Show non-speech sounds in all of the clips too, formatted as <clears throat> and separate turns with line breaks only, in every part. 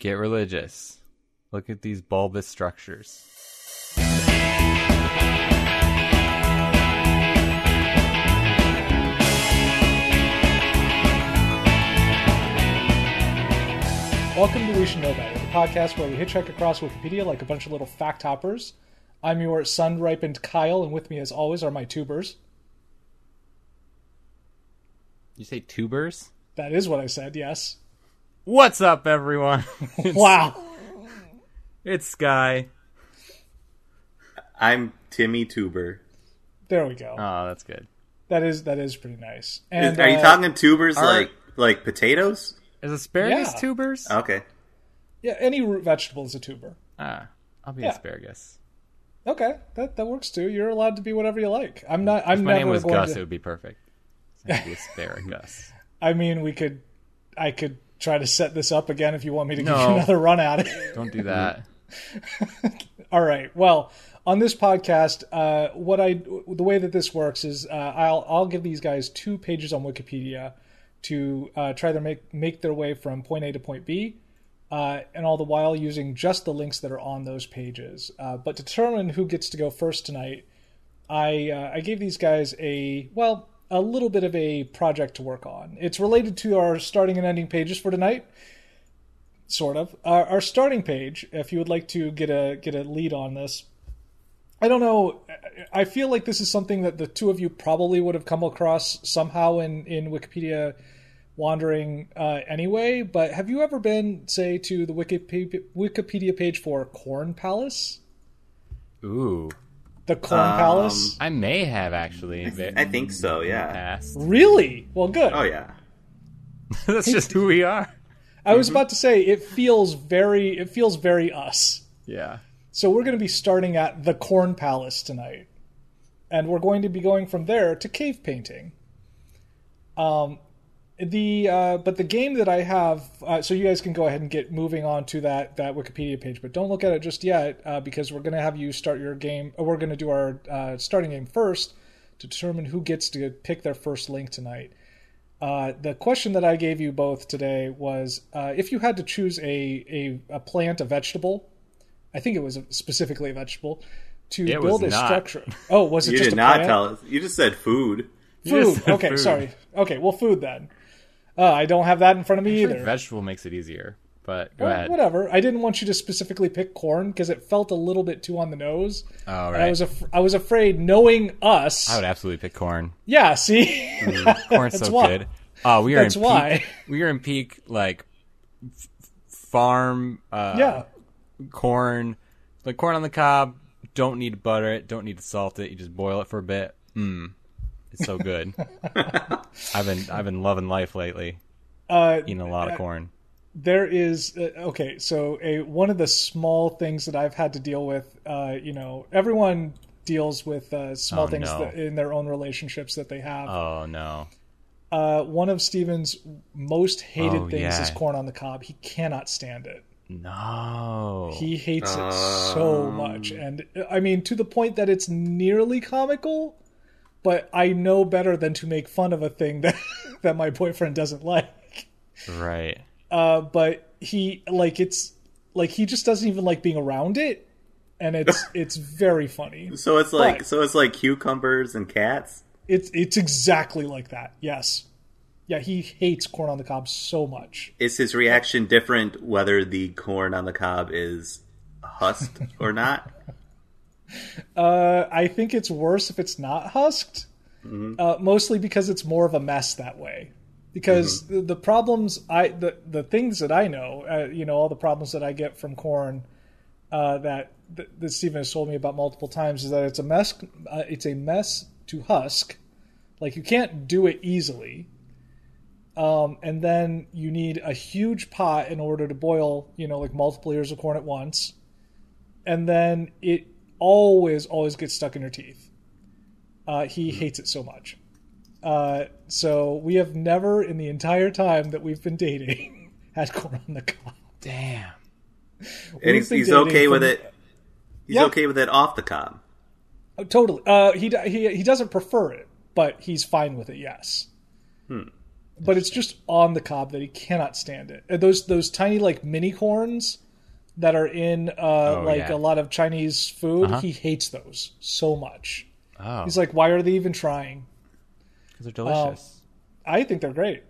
Get religious. Look at these bulbous structures.
Welcome to We Should Know Better, the podcast where we hitchhike across Wikipedia like a bunch of little fact hoppers. I'm your sun ripened Kyle, and with me, as always, are my tubers.
You say tubers?
That is what I said, yes.
What's up, <laughs> everyone?
Wow.
it's Sky.
I'm Timmy Tuber.
There we go.
Oh, that's good.
That is that is pretty nice.
Is-
And
are you
uh,
talking tubers
right.
like like potatoes?
Is asparagus
Yeah. Um,
tubers?
Okay.
Yeah, any root vegetable is a tuber.
Ah, I'll be
Yeah.
asparagus.
Okay, that, that works too. You're allowed to be whatever you like. I'm not. I'm
If my
never
name was
going
Gus,
to.
it would be
<laughs>
perfect. I'd be asparagus.
I mean, we could. I could try to set this up again if you want me to give
No.
you another run at it.
Don't do that.
All right. Well, on this podcast, uh, what I the way that this works is uh, I'll I'll give these guys two pages on Wikipedia to uh, try to make make their way from point A to point B, uh, and all the while using just the links that are on those pages. Uh, but determine who gets to go first tonight. I uh, I gave these guys a well a little bit of a project to work on. It's related to our starting and ending pages for tonight sort of our, our starting page if you would like to get a get a lead on this i don't know i feel like this is something that the two of you probably would have come across somehow in in wikipedia wandering uh, anyway but have you ever been say to the wikipedia, wikipedia page for corn palace
Oow.
the corn
Um,
palace
I may have actually. in the
I think so,
Mm,
yeah.
past.
really well good
Oh yeah.
<laughs> That's just who we are.
i
Mm-hmm.
was about to say it feels very it feels very us
Yeah.
So we're going to be starting at the Corn Palace tonight, and we're going to be going from there to cave painting. Um, the uh, but the game that I have, uh, so you guys can go ahead and get moving on to that that Wikipedia page, but don't look at it just yet uh, because we're going to have you start your game. Or we're going to do our uh, starting game first to determine who gets to pick their first link tonight. Uh, the question that I gave you both today was uh, if you had to choose a, a, a plant, a vegetable, I think it was specifically a vegetable, to
It was
build a
not.
structure. Oh, was it
You
just
did
a
not
plant?
tell us. You just said food.
just
<laughs>
Food.
said
Okay,
food.
sorry. Okay, well, food then. Uh, I don't have that in front of me either.
Vegetable makes it easier. But go
Well,
ahead.
Whatever. I didn't want you to specifically pick corn because it felt a little bit too on the nose.
All
And I
Oh, right.
was af- I was afraid knowing us.
I would absolutely pick
<laughs>
corn. <laughs>
yeah. See.
Corn's
That's
so
why.
good. Oh, we are
That's
in
why.
peak. We are in peak like f- farm uh,
<laughs> yeah.
corn, like corn on the cob. Don't need to butter it. Don't need to salt it. You just boil it for a bit. Mmm, it's so good. I've been I've been loving life lately.
Uh,
Eating a lot of corn.
there is uh, okay. So a one of the small things that I've had to deal with. Uh, you know, everyone deals with uh, small
Oh,
things
no.
that, in their own relationships that they have.
Oh no,
Uh, one of Steven's most hated
Oh,
things
yeah.
is corn on the cob. He cannot stand it.
no.
He hates it
Um.
so much, and I mean to the point that it's nearly comical. But I know better than to make fun of a thing that <laughs> that my boyfriend doesn't like.
right.
Uh, but he like it's like he just doesn't even like being around it, and
<laughs>
it's it's very funny.
So it's like
But-
so it's like cucumbers and cats.
It's it's exactly like that. Yes, yeah. He hates corn on the cob so much.
Is his reaction different whether the corn on the cob is husked or
<laughs>
not?
Uh, I think it's worse if it's not husked, uh, mostly because it's more of a mess that way. Because the, the problems I the the things that I know, uh, you know, all the problems that I get from corn uh, that th- that Stephen has told me about multiple times is that it's a mess. Uh, it's a mess to husk. Like you can't do it easily. Um, and then you need a huge pot in order to boil, you know, like multiple ears of corn at once and then it always always gets stuck in your teeth. Uh, he
Hmm.
hates it so much. Uh, so we have never in the entire time that we've been dating <laughs> had corn on the cob.
Damn.
And
We've
he's,
been
he's
dating
okay with
from-
it. He's
Yeah.
okay with it off the cob.
Oh,
Hmm.
totally. Uh, he, d- he he doesn't prefer it, but he's fine with it. Yes. but it's just on the cob that he cannot stand it. Uh, Those those tiny like mini corns that are in uh, like
Oh, yeah. Uh-huh.
a lot of Chinese food, he hates those so much.
Oh,
He's like, why are they even trying?
they're delicious.
I think they're great.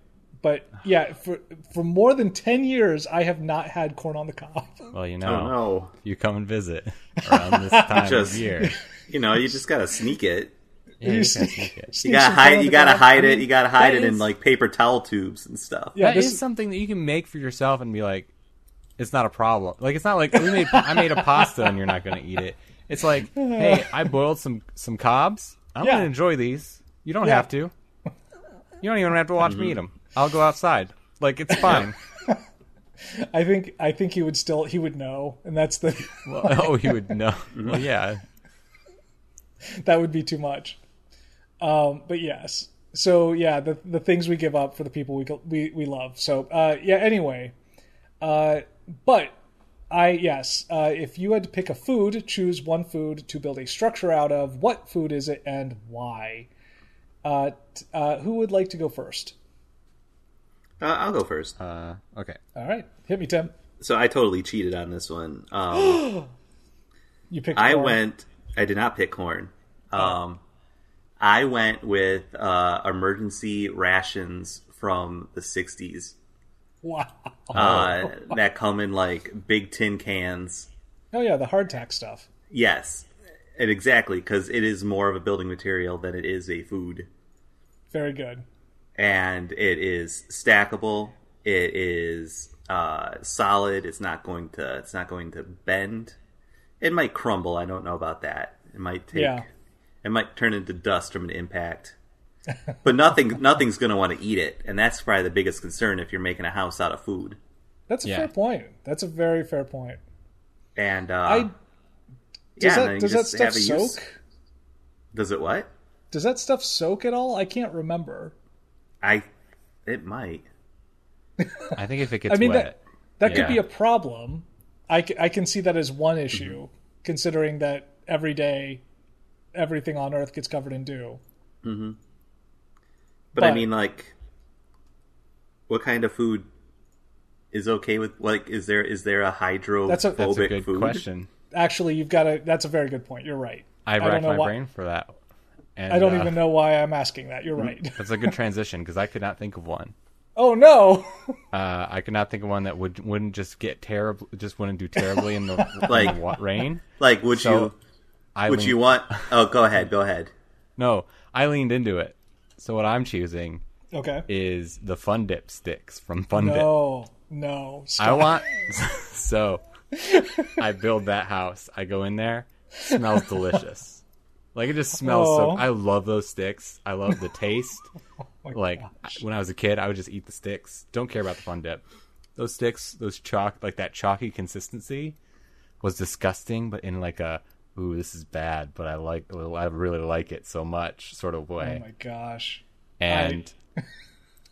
But yeah, for for more than ten years, I have not had corn on the cob.
well, you
Oh
know,
no!
you come and visit around this time
Just-
of
<laughs>
year.
You know, you just gotta sneak it.
Yeah, you
You
can
sneak-
sneak it.
Sneak
You gotta
some corn
hide.
on the
You gotta
cob.
hide it. You gotta hide
That
it in
is-
like paper towel tubes and stuff.
Yeah,
That
this
is something that you can make for yourself and be like, it's not a problem. Like it's not like we made I made a pasta and you're not going to eat it. It's like, hey, I boiled some some cobs. I'm
Yeah.
going to enjoy these. You don't
Yeah.
have to. You don't even have to watch me eat them. I'll go outside. Like it's
<laughs>
fine.
I think I think he would still he would know, and that's the
well, oh, you would know. <laughs> Well, yeah.
that would be too much. Um, but yes, so yeah, the the things we give up for the people we go- we we love. So uh, yeah, anyway, uh, but I yes, uh, if you had to pick a food, choose one food to build a structure out of. What food is it and why? Uh, t- uh, who would like to go first?
Uh, I'll go first.
Uh, okay.
All right, hit me, Tim.
So I totally cheated on this one. Um,
You picked.
I
corn.
went. I did not pick corn. Um, I went with uh, emergency rations from the '60s
<laughs> Wow.
uh, that come in like big tin cans.
Oh yeah, the hardtack stuff.
Yes, and exactly because it is more of a building material than it is a food,
Very good.
and it is stackable. It is uh, solid. It's not going to. It's not going to bend. It might crumble. I don't know about that. It might take.
Yeah.
It might turn into dust from an impact. <laughs> but nothing. Nothing's going to want to eat it, and that's probably the biggest concern if you're making a house out of food.
That's a
Yeah.
fair point. That's a very fair point.
And uh,
I
yeah,
does
and then
that
you
does that
just
stuff
have a use-
soak?
Does it what?
Does that stuff soak at all? I can't remember.
I. It might.
I think if it gets
I mean,
wet,
that- That could
Yeah. Mm-hmm.
be a problem. I, c- I can see that as one issue, considering that every day, everything on Earth gets covered in dew.
But, I
But-
mean, like, what kind of food is okay with? Like, is there is there a hydrophobic
That's a-
that's a good
food?
question.
Actually, you've got to. That's a very good point. You're right.
I
I don't
racked
know
my
why-
brain for that. And,
I don't
uh,
even know why I'm asking that. You're right. <laughs>
That's a good transition because I could not think of one.
oh no. <laughs>
Uh, I could not think of one that would wouldn't just get terrible, just wouldn't do terribly
<laughs>
in the
Like-
in the wa- rain.
Like, would
So
you
I
would
leaned-
you want? Oh, go ahead, go ahead.
No, I leaned into it. So what I'm choosing
Okay.
is the Fun Dip sticks from Fun Dip.
No. No.
I
<laughs> Stop.
want <laughs> so I build that house. I go in there. Smells delicious. Like it just smells so.
Oh.
I love those sticks. I love the taste. like when I was a kid, I would just eat the sticks. Don't care about the fun dip. Those sticks, those chalk, like that chalky consistency, was disgusting. But in like a ooh, this is bad, but I like, I really like it so much sort of way
Oh my gosh.
and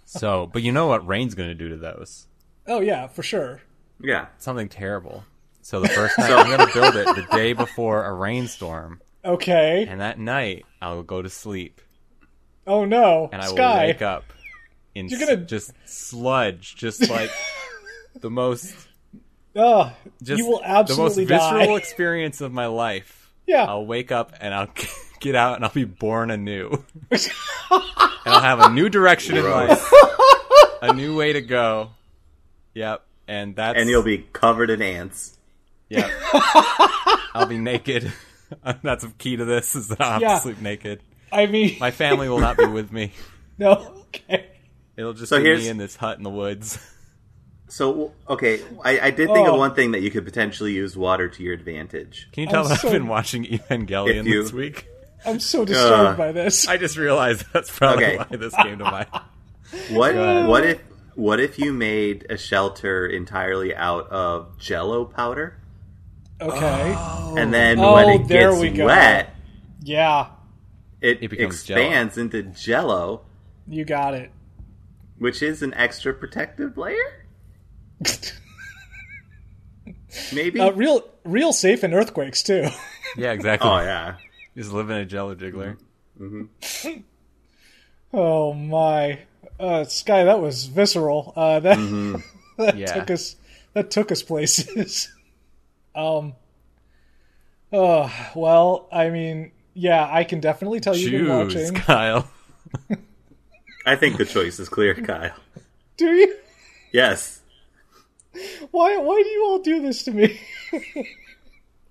so but you know what rain's going to do to those
Oh yeah, for sure.
Yeah,
something terrible so the first night i'm going to build it the day before a rainstorm
Okay.
and that night i'll go to sleep
Oh no.
and i
Sky.
will wake up in
You're gonna-
s- just sludge just like the most
Ugh,
just
<laughs> you will absolutely
the most visceral
die.
experience of my life
Yeah.
i'll wake up and i'll <laughs> get out and i'll be born anew
<laughs>
and i'll have a new direction in life a new way to go yep and that's
and you'll be covered in ants.
<laughs>
Yeah. I'll be naked. <laughs> That's the key to this is that I'll have
Yeah.
to sleep naked.
I mean,
My family will not be with me.
<laughs> no. Okay.
It'll just
So
be
here's-
me in this hut in the woods.
So okay, I, I did think
Oh.
of one thing that you could potentially use water to your advantage.
Can you tell
I'm
that
Oh, so-
I've been watching Evangelion
If you-
this week?
I'm so disturbed
Uh,
by this.
I just realized that's probably
Okay.
why this came to
<laughs>
mind.
What what if what if you made a shelter entirely out of Jello powder,
okay.
<gasps>
and then
Oh,
when it
there
gets
we go.
wet,
yeah,
it,
It becomes Jell-O.
expands into Jello,
you got it. <laughs>
which is an extra protective layer. Maybe.
uh, real, real safe in earthquakes too. <laughs>
Yeah, exactly.
oh yeah. Mm-hmm.
Just living a jello jiggler.
oh my. Uh, Sky, that was visceral. Uh, that that
Mm-hmm. Yeah.
took us that took us places. <laughs> um. Uh, well, I mean, yeah, I can definitely tell you've been
Choose,
watching.
Kyle.
I think the choice
<laughs>
is clear, Kyle.
Do you?
Yes.
Why? Why do you all do this to me? <laughs>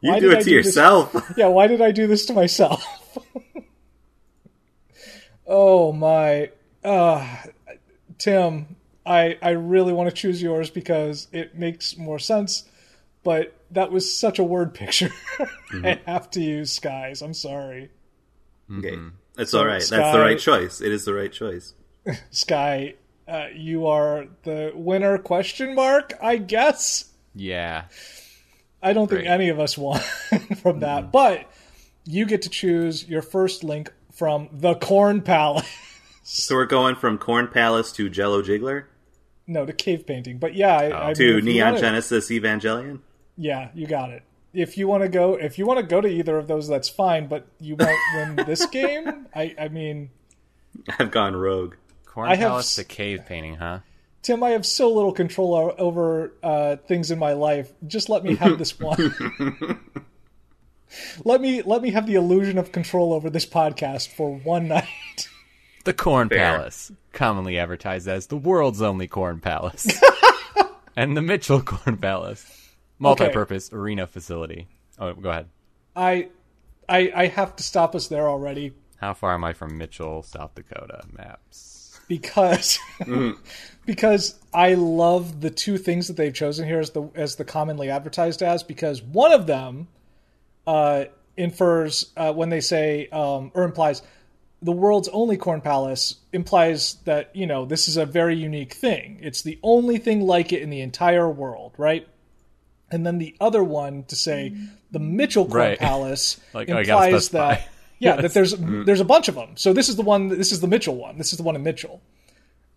You
Why
do
did
it
I
to
do this?
yourself. <laughs>
yeah, why did I do this to myself? <laughs> oh my. Uh Tim, I I really want to choose yours because it makes more sense, but that was such a word picture. <laughs> I have to use skies. I'm sorry.
okay. That's all right. That's
Sky-
the right choice. It is the right choice.
Sky, uh, you are the winner question mark, I guess.
Yeah.
I don't
Great.
think any of us won <laughs> from that, but you get to choose your first link from the Corn Palace.
So we're going from Corn Palace to Jello Jiggler
No, to cave painting. But yeah, I, I mean,
to
if you
Neon
wanna-
Genesis Evangelion. <laughs>
Yeah, you got it. If you want to go, if you want to go to either of those, that's fine. But you won't win this game. I, I mean,
I've gone rogue.
Corn
I have
palace
s-
to cave painting, huh?
Tim, I have so little control o- over uh, things in my life. Just let me have this one. let me let me have the illusion of control over this podcast for one <laughs> night.
The Corn
Fair.
Palace, commonly advertised as the world's only Corn
<laughs>
Palace, and the Mitchell Corn Palace, multi-purpose arena facility. Oh, go ahead.
I, I, I have to stop us there already
How far am I from Mitchell, South Dakota? Maps.
because <laughs> because I love the two things that they've chosen here as the as the commonly advertised as because one of them uh, infers uh, when they say um, or implies the world's only corn palace implies that you know this is a very unique thing. It's the only thing like it in the entire world, right? And then the other one to say the Mitchell Corn
Right.
Palace
Like, I gotta
implies
specify. <laughs> Mm.
that yeah that there's there's a bunch of them. So this is the one. This is the Mitchell one. This is the one in Mitchell.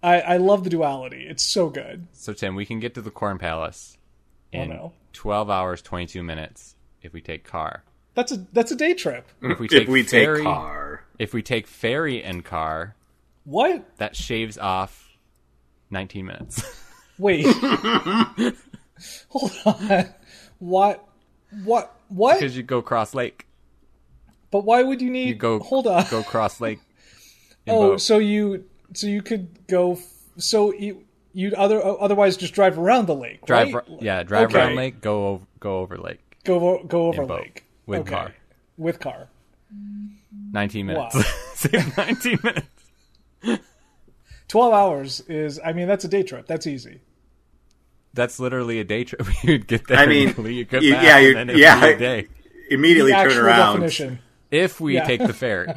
I, I love the duality. It's so good.
So Tim, we can get to the Corn Palace in
Oh, no.
twelve hours twenty-two minutes if we take car.
That's a that's a day trip.
If we take
Mm, If we
ferry,
take car,
if we take ferry and car,
What?
that shaves off nineteen minutes. <laughs>
Wait. Hold on. What? What? What?
Because you go cross lake,
but why would you need?
you go
Hold on.
go cross
<laughs>
lake. in
oh,
boat.
so you so you could go. f- So you you'd other otherwise just drive around the lake.
drive
Right?
ro- yeah drive
Okay.
around lake go over, go over lake
Go vo- go over
in boat
lake
with
Okay.
car
With car.
19 minutes <laughs>
Wow. <laughs>
save 19 minutes
Twelve hours is. I mean, that's a day trip. That's easy.
that's literally a day trip <laughs> you'd get there
I mean,
immediately, you could
you-
back,
yeah,
and
you-
then it'd
yeah.
be a day.
immediately turn
Actual
around.
definition.
if we
Yeah.
take
<laughs>
the ferry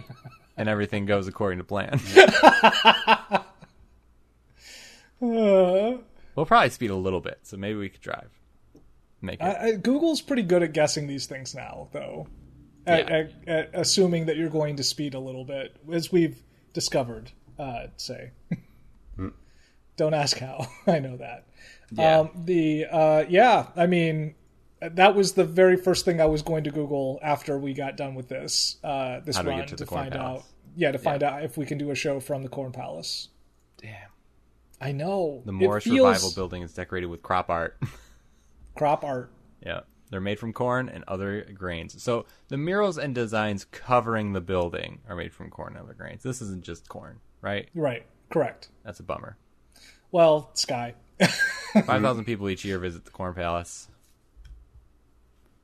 and everything goes according to plan
Uh,
<laughs> we'll probably speed a little bit so maybe we could drive make it
I, I, Google's pretty good at guessing these things now, though. At,
Yeah.
at, at assuming that you're going to speed a little bit, as we've discovered, uh, say.
Hmm.
Don't ask how. <laughs> I know that.
Yeah.
Um, the uh, yeah, I mean, that was the very first thing I was going to Google after we got done with this uh, this
How do we
run
get to the Corn
find
Palace?
out. Yeah, to find out if we can do a show from the Corn Palace.
damn
I know
the Morris
it feels
Revival building is decorated with crop art <laughs>
crop art.
Yeah. They're made from corn and other grains. So the murals and designs covering the building are made from corn and other grains. This isn't just corn, right?
Right, correct.
That's a bummer. <laughs>
Well, Sky, <laughs>
5,000 people each year visit the Corn Palace.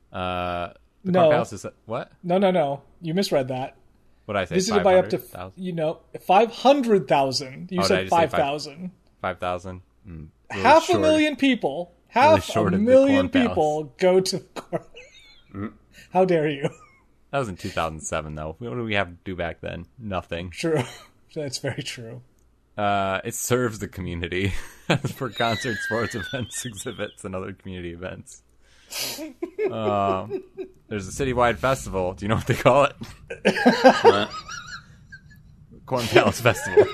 Uh, the
No.
Corn Palace is. What?
No, no, no. You misread that.
What did I say?
Visited by up to
500,000?
you know five hundred thousand.
Oh, did
You
I
said
just say
five
five-
thousand.
5,000? Mm, really
Half
short.
a million people. Half
short
a
of the Mm.
million
Corn Palace.
people go to the corn. How dare you? <laughs>
That was in 2007, though. What do we have to do back then? Nothing.
True. That's very true.
Uh, it serves the community <laughs> for concerts, sports events, <laughs> exhibits, and other community
<laughs>
events. Um, there's a citywide festival. Do you know what they call it?
<laughs> What?
Corn Palace
<laughs>
Festival.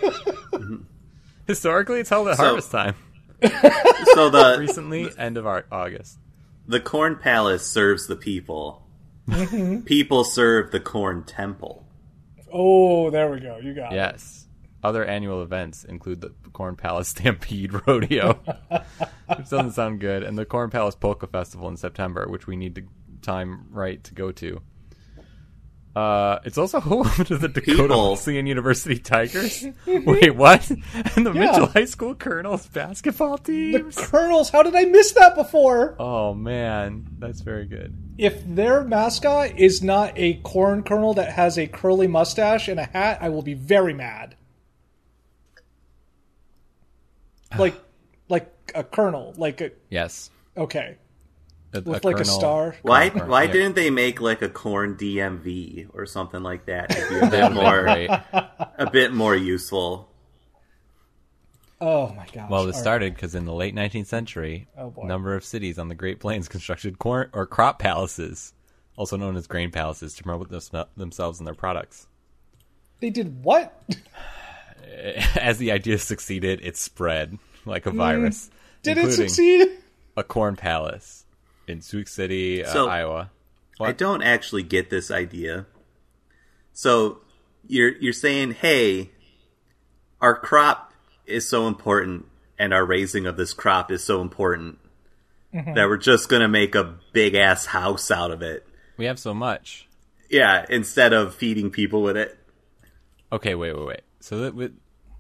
Historically, it's held at
So-
harvest time.
<laughs>
so the
<laughs> Recently, end of Au- August.
the Corn Palace serves the people.
Mm-hmm.
people serve the Corn Temple.
Oh, there we go. You got it.
Yes. Other annual events include the Corn Palace <laughs> Stampede Rodeo, which doesn't sound good, and the Corn Palace Polka Festival in September, which we need to time right to go to. Uh, it's also <laughs> home to the Dakota
People.
Wesleyan University
<laughs>
Tigers. Wait, what? And the
Yeah.
Mitchell High School Colonels basketball
The
teams.
Colonels, how did I miss that before?
Oh man, that's very good.
If their mascot is not a corn colonel that has a curly mustache and a hat, I will be
<sighs>
very mad. Like, like a colonel, like a
Yes,
okay,
A-
with like a
colonel-
star.
Why
Corn,
why
yeah.
didn't they make like a corn DMV or something like that? To be a bit more
Great.
a bit more useful.
Oh my gosh!
Well, it
All
started because in the late 19th century,
Oh, boy.
a number of cities on the Great Plains <laughs> constructed corn or crop palaces, also known as grain palaces, to promote them- themselves and their products. <laughs>
right. they did what? <laughs>
As the idea succeeded, it spread like a virus.
Mm. Did it
including
succeed?
A corn palace in Sioux City, uh,
So-
Iowa.
I don't actually get this idea. So you're you're saying, hey, our crop is so important, and our raising of this crop is so important
Mm-hmm.
that we're just gonna make a big ass house out of it.
We have so much.
Yeah, instead of feeding people with it.
Okay, wait, wait, wait. So that we,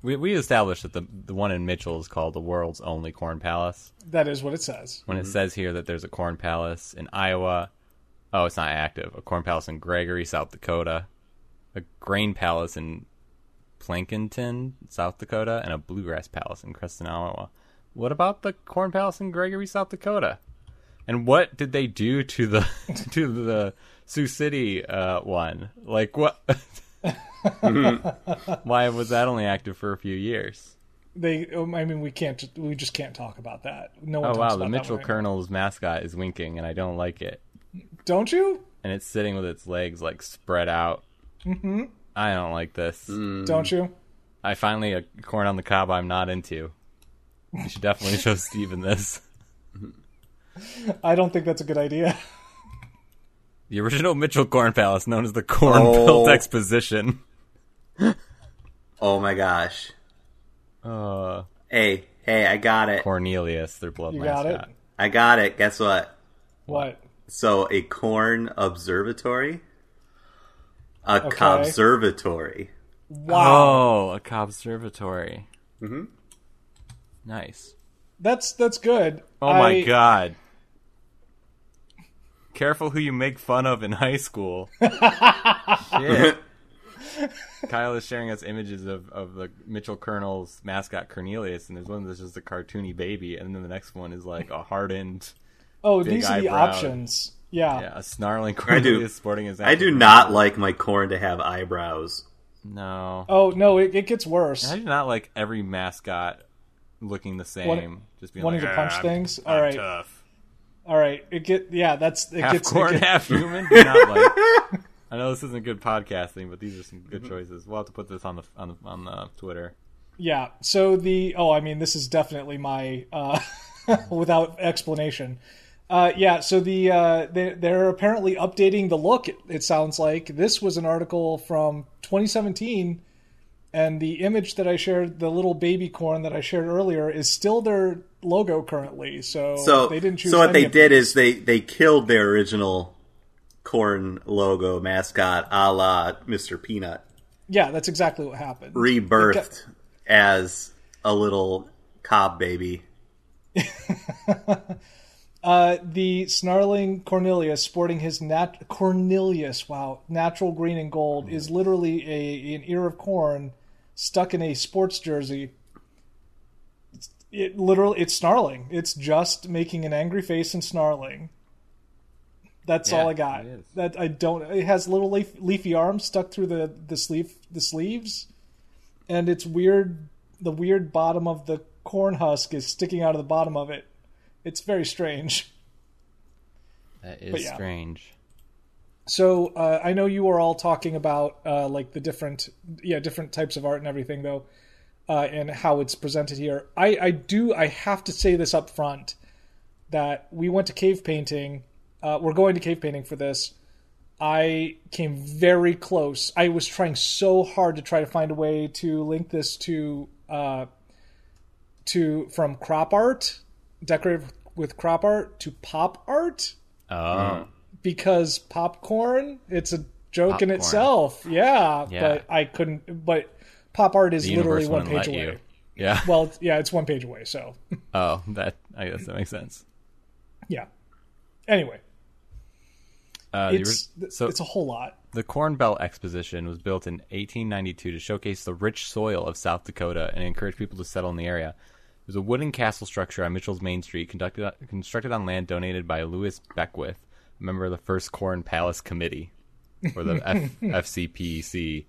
we we established that the the one in Mitchell is called the world's only corn palace.
That is what it says.
when it says here that there's a corn palace in Iowa. Oh, it's not active. A corn palace in Gregory, South Dakota, a grain palace in Plankinton, South Dakota, and a bluegrass palace in Creston, Iowa. What about the corn palace in Gregory, South Dakota? And what did they do to the <laughs> to the Sioux City uh, one? Like what? <laughs> Why was that only active for a few years?
They, um, I mean, we can't, ju- we just can't talk about that. No
Oh
one. talks
wow,
about
the
that
Mitchell
one right
Colonel's mascot is winking, and I don't like it.
now. Don't you?
and it's sitting with its legs like spread out. Mm-hmm. I don't like this.
Don't you?
I finally a corn on the cob I'm not into. You should definitely
<laughs>
show Steven this.
I don't think that's a good idea. <laughs>
The original Mitchell Corn Palace, known as the Corn
Oh.
Belt Exposition.
Oh my gosh.
Uh,
Hey, hey, I got it.
Cornelius, their blood
You got
mascot.
it.
I got it. Guess what?
What?
So a corn observatory? A cobservatory.
Wow.
Oh, a cobservatory. Mm-hmm. Nice.
That's that's good.
Oh my
I-
god. Careful who you make fun of in high
<laughs>
school. Shit. Kyle is sharing us images of, of the Mitchell Colonel's mascot Cornelius, and there's one that's just a cartoony baby, and then the next one is like a hardened,
Oh,
Big
these are the
eyebrow.
options. Yeah.
yeah, a snarling Cornelius sporting his.
<laughs> I do not like my corn to have eyebrows.
No,
Oh no, it, it gets worse.
I do not like every mascot looking the same. just being
wanting
like,
to punch
"Ah, I'm-
things?
I'm
All right.
tough.
All right, it get yeah. That's it
half
gets. it
corn,
get-
half human. Do not like. I know this isn't good podcasting, but these are some
Mm-hmm.
good choices. We'll have to put this on the on the, on the Twitter.
yeah. So the oh, I mean, this is definitely my uh, <laughs> without explanation. Uh, yeah. So the uh, they, they're apparently updating the look. It, it sounds like this was an article from 2017. And the image that I shared, the little baby corn that I shared earlier, is still their logo currently. So,
So
they didn't choose.
So what
any
they
of-
did is they they killed their original corn logo mascot, a la Mr. Peanut,
Yeah, that's exactly what happened.
rebirthed as a little cob baby.
Uh, the snarling Cornelius, sporting his nat Cornelius, wow, natural green and gold, is literally a an ear of corn stuck in a sports jersey. It's- It literally, it's snarling. It's just making an angry face and snarling. That's all
Yeah,
I got.
it is.
That I don't. It has little leaf, leafy arms stuck through the the sleeve the sleeves, and it's weird. The weird bottom of the corn husk is sticking out of the bottom of it. It's very strange.
That is
But yeah.
strange.
So uh, I know you are all talking about uh, like the different, yeah, different types of art and everything, though, uh, and how it's presented here. I, I do, I have to say this up front that we went to cave painting. Uh, we're going to cave painting for this. I came very close. I was trying so hard to try to find a way to link this to uh, to from crop art, decorated with crop art, to pop art
Oh,
because popcorn. It's a joke
Popcorn.
in itself. Yeah,
Yeah.
but I couldn't. But pop art is
the
literally
universe
one
wouldn't
page
let
away.
you. Yeah.
Well, it's- yeah, it's one page away. So <laughs>
Oh, that I guess that makes sense.
yeah. Anyway,
Uh, the
it's
ori- so
it's a whole lot.
the Corn Belt Exposition was built in 1892 to showcase the rich soil of South Dakota and encourage people to settle in the area. It was a wooden castle structure on Mitchell's Main Street, conducted, constructed on land donated by Lewis Beckwith, a member of the First Corn Palace Committee, or the F- <laughs> FCPC.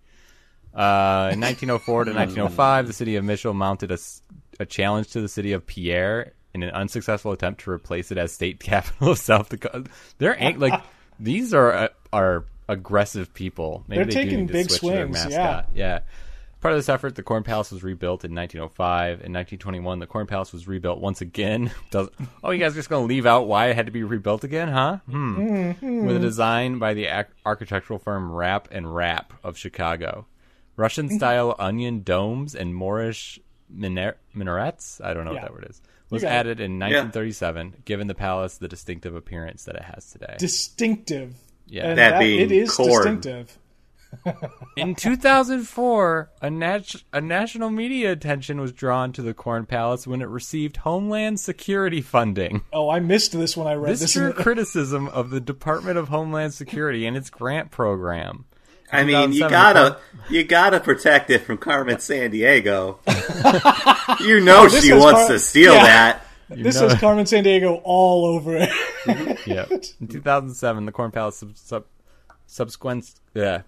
Uh, in 1904 to 1905, the city of Mitchell mounted a, s- a challenge to the city of Pierre in an unsuccessful attempt to replace it as state <laughs> capital of South Dakota. They're ang- like these are uh, are aggressive people. Maybe
They're
they do
taking
need to
big
switch their
swings, yeah.
mascot. Yeah. Part of this effort, the Corn Palace was rebuilt in 1905. In 1921, the Corn Palace was rebuilt once again. <laughs> Does, oh, you guys are just going to leave out why it had to be rebuilt again, huh? Hmm.
Mm.
With a design by the ac- architectural firm Rapp and Rapp of Chicago. Russian
Mm-hmm.
style onion domes and Moorish miner- minarets, I don't know what
Yeah.
that word is, was
got it.
added in 1937, giving the palace the distinctive appearance that it has today.
Distinctive.
Yeah.
And
That
being
it is
corn.
distinctive.
In 2004, a, nat- a national media attention was drawn to the Corn Palace when it received Homeland Security funding.
Oh, I missed this when I read
This
<laughs> this.
drew
in the-
criticism of the Department of Homeland Security and its grant program.
I mean, you
2007
gotta you gotta protect it from Carmen San
<laughs>
Diego. you know she
is
wants
Car-
to steal
yeah.
that.
this
know- <laughs>
is Carmen San Diego all over it. <laughs>
Yep. In 2007, the Corn Palace sub- sub- subsequent, yeah,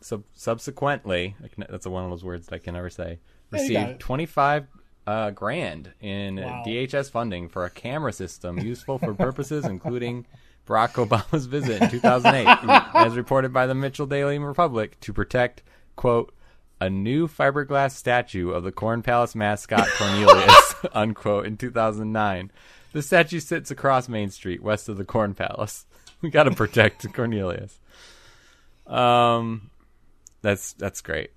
sub- subsequently, I can- that's one of those words that I can never say,
you got
received
it.
25 uh, grand in
Wow.
DHS funding for a camera system useful for purposes including Barack Obama's visit in 2008, as reported by the Mitchell Daily Republic, to protect, quote, a new fiberglass statue of the Corn Palace mascot Cornelius, unquote, in 2009. The statue sits across Main Street, west of the Corn Palace. <laughs> We got to protect Cornelius. Um, that's that's great.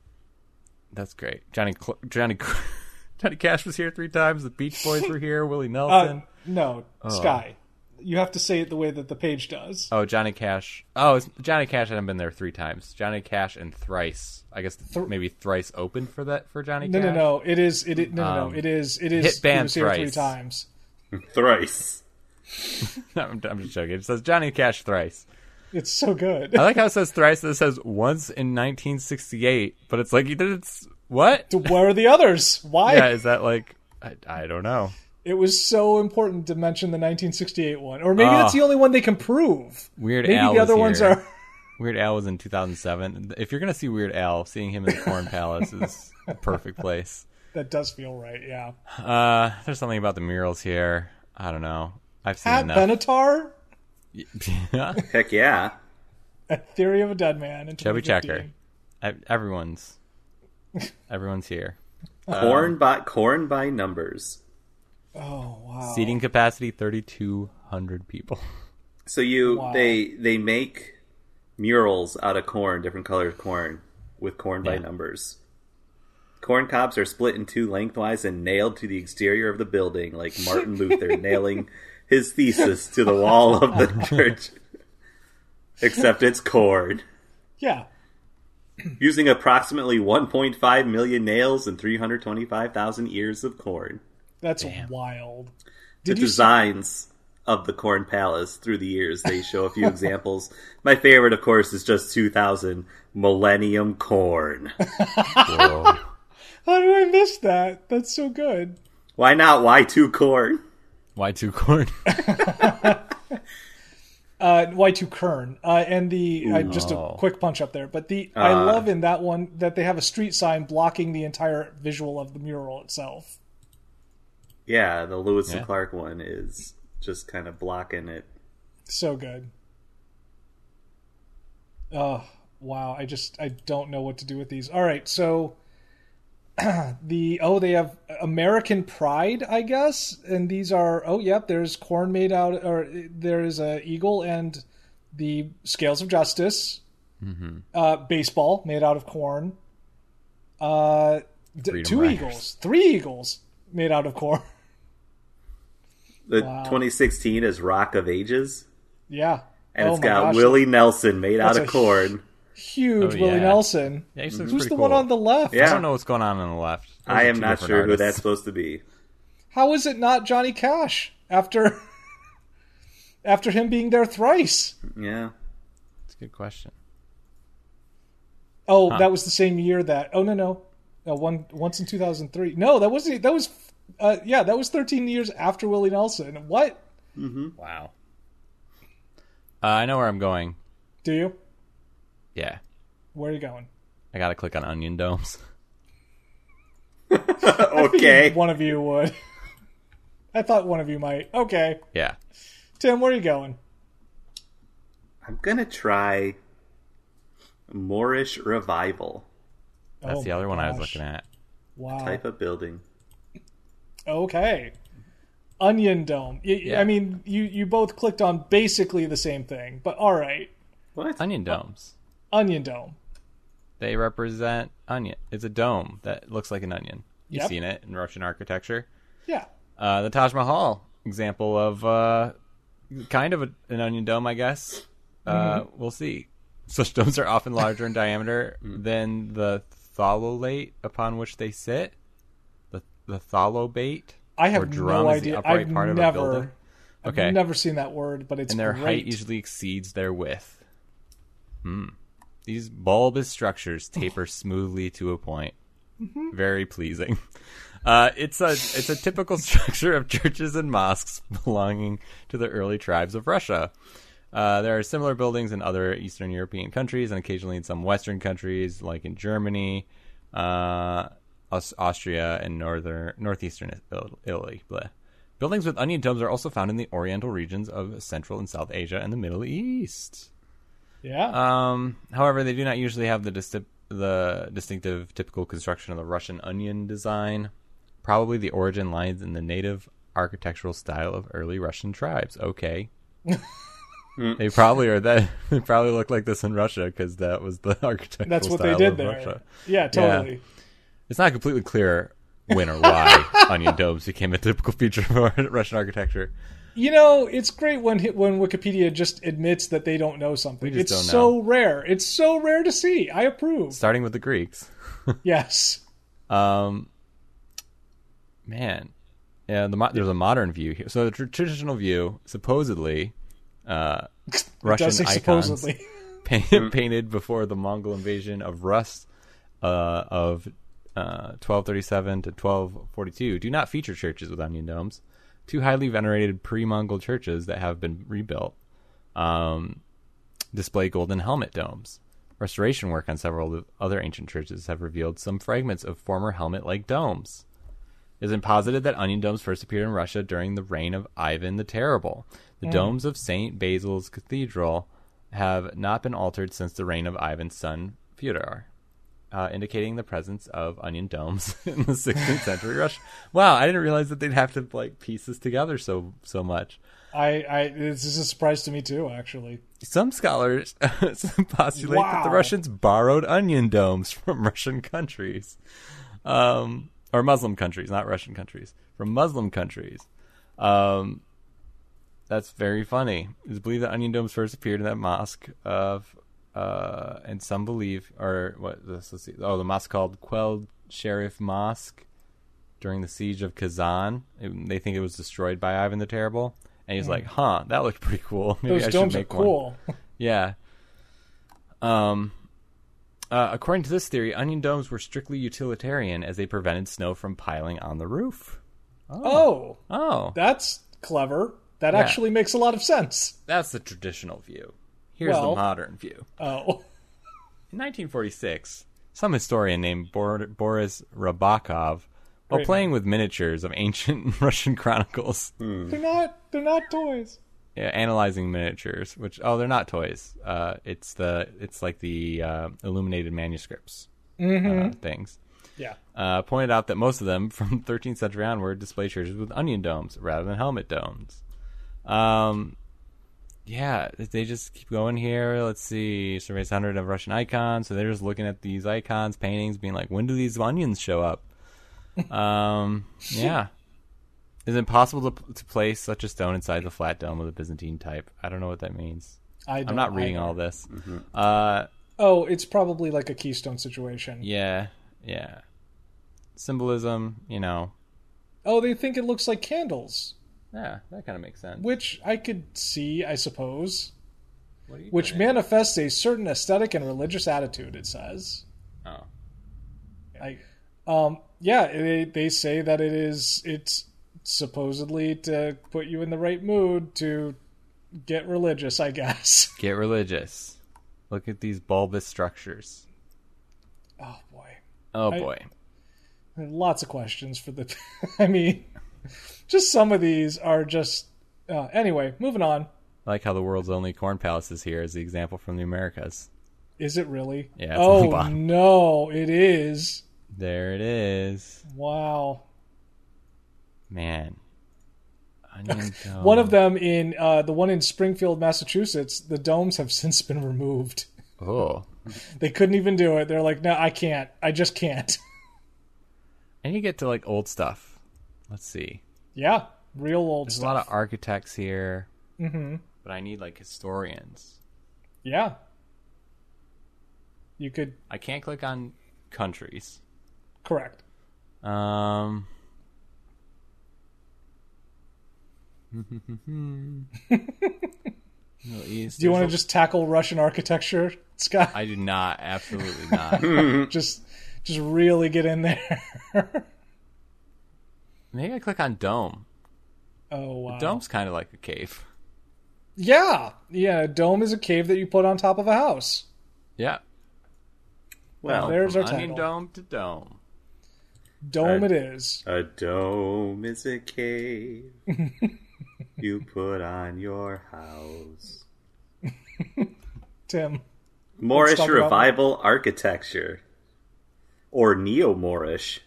That's great. Johnny Cl- Johnny <laughs> Johnny Cash was here three times. The Beach Boys were
<laughs>
here. Willie
Uh,
Nelson.
no, Sky. You have to say it the way that the page does.
oh, Johnny Cash. Oh, it's, Johnny Cash hadn't been there three times. Johnny Cash and thrice. I guess maybe thrice opened for that for Johnny.
No,
Cash.
no, no. It is. It, it no, no, no. It is. It is.
Um, hit band
it was here three
thrice.
times.
Thrice.
<laughs> I'm, I'm just joking. It says Johnny Cash thrice.
It's so good.
I like how it says thrice. and It says once in 1968, but it's like you did it's what?
<laughs> Where are the others? Why?
Yeah, is that like I, I don't know.
It was so important to mention the 1968 one, or maybe that's
Ah.
the only one they can prove.
Weird
Maybe
Al
the
was
other ones
here.
are. <laughs>
Weird Al was in 2007. If you're gonna see Weird Al, seeing him in the
<laughs>
Corn Palace is the perfect place.
That does feel right. Yeah.
Uh, there's something about the murals here. I don't know. I've seen
Pat
enough.
Benatar,
<laughs> Yeah.
Heck yeah.
A Theory of a Dead Man, and
Chubby Checker. E-
<laughs>
Everyone's everyone's here.
Corn by corn by numbers.
Oh wow.
Seating capacity 3,200
<laughs>
people.
So you
Wow.
they they make murals out of corn, different colored corn, with corn by
Yeah.
numbers. Corn cobs are split in two lengthwise and nailed to the exterior of the building, like Martin Luther nailing his thesis to the wall of the church. Except it's corn.
Yeah.
Using approximately 1.5 million nails and 325,000 ears of corn.
That's wild.
the
Did you see-
designs of the corn palace through the years they show
<laughs>
a few examples my favorite of course is just 2000 millennium corn
<laughs>
Whoa.
How did I miss that? That's so good.
why not y2 corn
Why two
<laughs>
corn?
Uh, Y2 Kern. Uh, and the uh, just a quick punch up there, but the I
Uh.
love in that one that they have a street sign blocking the entire visual of the mural itself.
yeah the lewis and
Yeah.
clark one is just kind of blocking it
So good. Oh, wow. I just I don't know what to do with these. All right, so <clears throat> the oh they have American Pride, I guess, and these are oh yep, there's corn made out or uh, there is a eagle and the scales of justice,
Mm-hmm.
uh, baseball made out of corn, uh, d-
Freedom
two
Riders.
eagles, three eagles made out of corn. <laughs>
The 2016 is Rock of Ages,
yeah,
and
oh
it's
my
got
gosh,
Willie Nelson made out
That's
of
a
corn.
huge
Oh,
Willie
yeah.
Nelson.
Yeah, he looks
Who's
pretty
the
cool.
one on the left?
I
Yeah.
don't know what's going on on the left. Those
I
are
am
two
not
different
sure who
artists.
that's supposed to be.
How is it not Johnny Cash after <laughs> after him being there thrice? <laughs>
Yeah.
That's a good question.
Oh, that was the same year that. Oh no no, no one once in two thousand three. No, that wasn't. That was uh, yeah, that was thirteen years after Willie Nelson. What
Wow. Uh, I know where I'm going.
do you?
Yeah,
Where are you going?
I gotta click on onion domes. <laughs>
<laughs> okay.
One of you would. <laughs> I thought one of you might. Okay,
Yeah,
Tim, where are you going?
I'm going to try Moorish Revival
that's
Oh
the other
my
one I was
gosh.
looking at.
Wow.
type of building.
Okay. Onion Dome. Y- y- I
Yeah.
mean, you you both clicked on basically the same thing, but all right.
What?
Onion domes.
Onion Dome.
They represent onion. It's a dome that looks like an onion. You've
Yep.
seen it in Russian architecture.
Yeah.
Uh, the Taj Mahal example of uh, kind of a, an onion dome, I guess. Uh,
Mm-hmm.
we'll see. <laughs> Such domes are often larger in diameter
Mm-hmm.
than the thalolate upon which they sit. The the thalobate.
I have
or drum
no
is the
idea.
upright
I've
part of a building.
never,
Okay,
I've never seen that word, but it's
and their
great.
height usually exceeds their width. Hmm. These bulbous structures taper smoothly to a point.
Mm-hmm.
Very pleasing. <laughs> Uh, it's a it's a typical <laughs> structure of churches and mosques <laughs> belonging to the early tribes of Russia. Uh, there are similar buildings in other Eastern European countries and occasionally in some Western countries, like in Germany, uh, Aus- Austria, and northern northeastern Il- Italy. Blah. Buildings with onion domes are also found in the oriental regions of Central and South Asia and the Middle East.
Yeah.
Um, however, they do not usually have the disti- the distinctive typical construction of the Russian onion design. Probably the origin lies in the native architectural style of early Russian tribes. Okay. they probably are that <laughs> they probably look like this in Russia because that was the <laughs> architectural
That's what they
style
did
of
there.
Russia.
Yeah, totally.
It's not completely clear when or
<laughs>
why onion domes became a typical feature of <laughs> Russian architecture.
You know, it's great when hi- when Wikipedia just admits that they don't know something.
just
It's
don't
so rare. It's so rare to see. I approve.
Starting with the Greeks.
Yes.
Um, man, yeah. The mo- there's a modern view here. So the tr- traditional view, supposedly,
<laughs>
uh, Russian
Does say
icons
supposedly. <laughs>
painted, painted before the Mongol invasion of Rus uh, of uh, 1237 to 1242 do not feature churches with onion domes. Two highly venerated pre-Mongol churches that have been rebuilt um, display golden helmet domes. Restoration work on several other ancient churches have revealed some fragments of former helmet-like domes. It has been posited that onion domes first appeared in Russia during the reign of Ivan the Terrible. The domes of St. Basil's Cathedral have not been altered since the reign of Ivan's son, Fyodor, uh, indicating the presence of onion domes <laughs> in the 16th century Russia. Wow, I didn't realize that they'd have to like piece this together so so much.
I, I this is a surprise to me too, actually.
Some scholars <laughs> postulate that the
Wow.
Russians borrowed onion domes from <laughs> Russian countries, um, or Muslim countries, not Russian countries, from Muslim countries. Um, that's very funny. It's believed that onion domes first appeared in that mosque of, uh, and some believe, or what? This, let's see. Oh, the mosque called Quelled Sheriff Mosque during the siege of Kazan. It- they think it was destroyed by Ivan the Terrible. And he's like, "Huh, that looked pretty cool. <laughs> Maybe
Hmm. Those
I should
domes are
make one." Oh.
cool.
Yeah. Um, uh, according to this theory, onion domes were strictly utilitarian as they prevented snow from piling on the roof.
Oh,
Oh,
that's clever. That
Yeah.
actually makes a lot of sense.
that's the traditional view. Here's
Well-
the modern view.
Oh, <laughs>
In 1946, some historian named Bor- Boris Rabakov, while
Great
playing with miniatures of ancient <laughs> Russian chronicles,
they're not they're not toys.
yeah, analyzing miniatures, which oh, they're not toys. Uh, it's the it's like the uh, illuminated manuscripts uh, things.
Yeah.
uh, pointed out that most of them <laughs> from 13th century onward display churches with onion domes rather than helmet domes. Um, yeah, they just keep going here. Let's see, surveys hundred of Russian icons. So they're just looking at these icons, paintings, being like, when do these onions show up? um, yeah, is it possible to, to place such a stone inside the flat dome of the Byzantine type? I don't know what that means.
I
I'm not reading
I-
all this. Uh,
Oh, it's probably like a keystone situation.
yeah, yeah. Symbolism, you know,
Oh, they think it looks like candles,
yeah, that kind of makes sense.
which I could see, I suppose.
What do you
Which
think?
manifests a certain aesthetic and religious attitude. It says.
Oh.
I, um, yeah, they they say that it is it's supposedly to put you in the right mood to get religious, I guess. <laughs>
Get religious. Look at these bulbous structures.
Oh boy,
Oh
I-
boy.
lots of questions for the. <laughs> I mean, just some of these are just. Uh, anyway, moving on.
I like how the world's only corn palace is here as the example from the Americas.
Is it really?
Yeah, it's on the
oh
bottom.
no, it is.
There it is.
Wow.
Man.
<laughs>
Onion dome.
One of them in uh, the one in Springfield, Massachusetts. The domes have <laughs> since been removed.
Oh.
They couldn't even do it. They're like, no, I can't. I just can't. <laughs>
And you get to like old stuff. Let's see.
yeah, real old
There's a
stuff.
lot of architects here. Mm-hmm. But I need like historians.
yeah. You could
I can't click on countries.
correct.
<laughs> Um. Middle East.
Do you want to
there's a-
just tackle Russian architecture, <laughs> Scott?
I do not. Absolutely
<laughs>
not.
just, just really get in there. <laughs>
Maybe I click on dome.
oh wow.
Dome's kind of like a cave.
Yeah, yeah. A dome is a cave that you put on top of a house.
Yeah.
Well,
There's
From
our
onion
title.
dome to dome.
Dome
Our-
it is.
a dome is a cave
<laughs>
you put on your house.
Tim.
Moorish
talk about-
revival architecture, or neo-Moorish.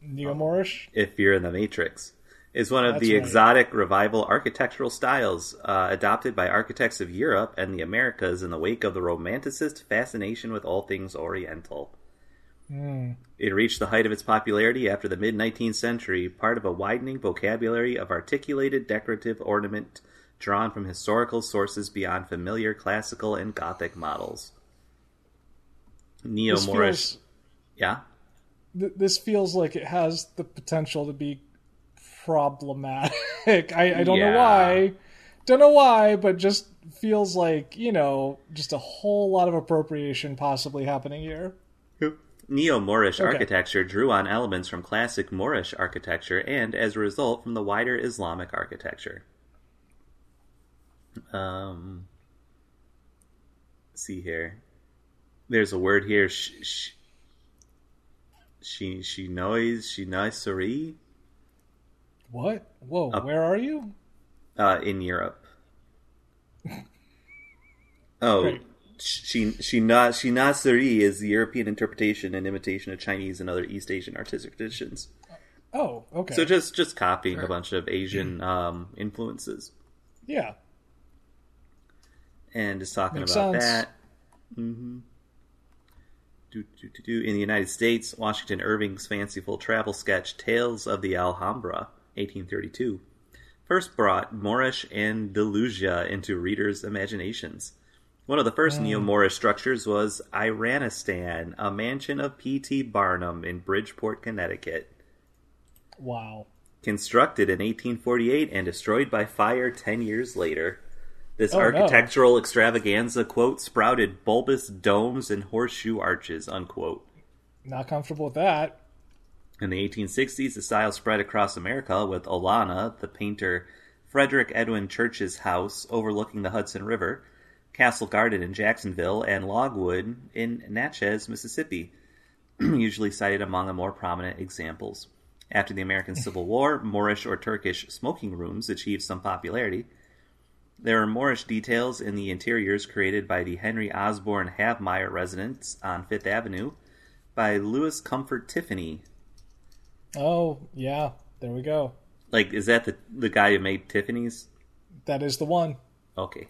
Neo Moorish?
if you're in the Matrix, is one of
That's
the
right.
exotic revival architectural styles uh, adopted by architects of Europe and the Americas in the wake of the Romanticist fascination with all things Oriental.
Hmm.
It reached the height of its popularity after the mid 19th century, part of a widening vocabulary of articulated decorative ornament drawn from historical sources beyond familiar classical and Gothic models. Neo
This
Moorish.
feels,
Yeah?
th- this feels like it has the potential to be problematic. <laughs> I, I don't
Yeah.
know why. Don't know why, but just feels like, you know, just a whole lot of appropriation possibly happening here.
Neo Moorish architecture drew on elements from classic Moorish architecture and, as a result, from the wider Islamic architecture. Um, let's see here. There's a word here. Sh- sh- she she knows she knows Suri
What? Whoa, where are you?
uh, in Europe. Oh,
Great.
she she not she not Suri is the European interpretation and imitation of Chinese and other East Asian artistic traditions.
Oh, okay.
So just just copying a bunch of
Mm.
Asian um, influences
yeah.
and just talking
Makes
about
sense.
that. hmm Do, do, do, do. In the United States, Washington Irving's fanciful travel sketch "Tales of the Alhambra" (1832) first brought Moorish and Delusia into readers' imaginations. One of the
Mm.
first neo-Moorish structures was Iranistan, a mansion of P.T. Barnum in Bridgeport, Connecticut.
Wow.
constructed in 1848 and destroyed by fire 10 years later. This
no.
architectural extravaganza, quote, sprouted bulbous domes and horseshoe arches, unquote.
Not comfortable with that.
In the 1860s, the style spread across America with Olana, the painter Frederick Edwin Church's house overlooking the Hudson River, Castle Garden in Jacksonville, and Logwood in Natchez, Mississippi, <clears throat> usually cited among the more prominent examples. After the American Civil War, Moorish or Turkish smoking rooms achieved some popularity. There are Moorish details in the interiors created by the Henry Osborne Havemeyer residence on Fifth Avenue by Lewis Comfort Tiffany,
Oh, yeah. There we go.
Like, is that the the guy who made Tiffany's?
That is the one.
Okay,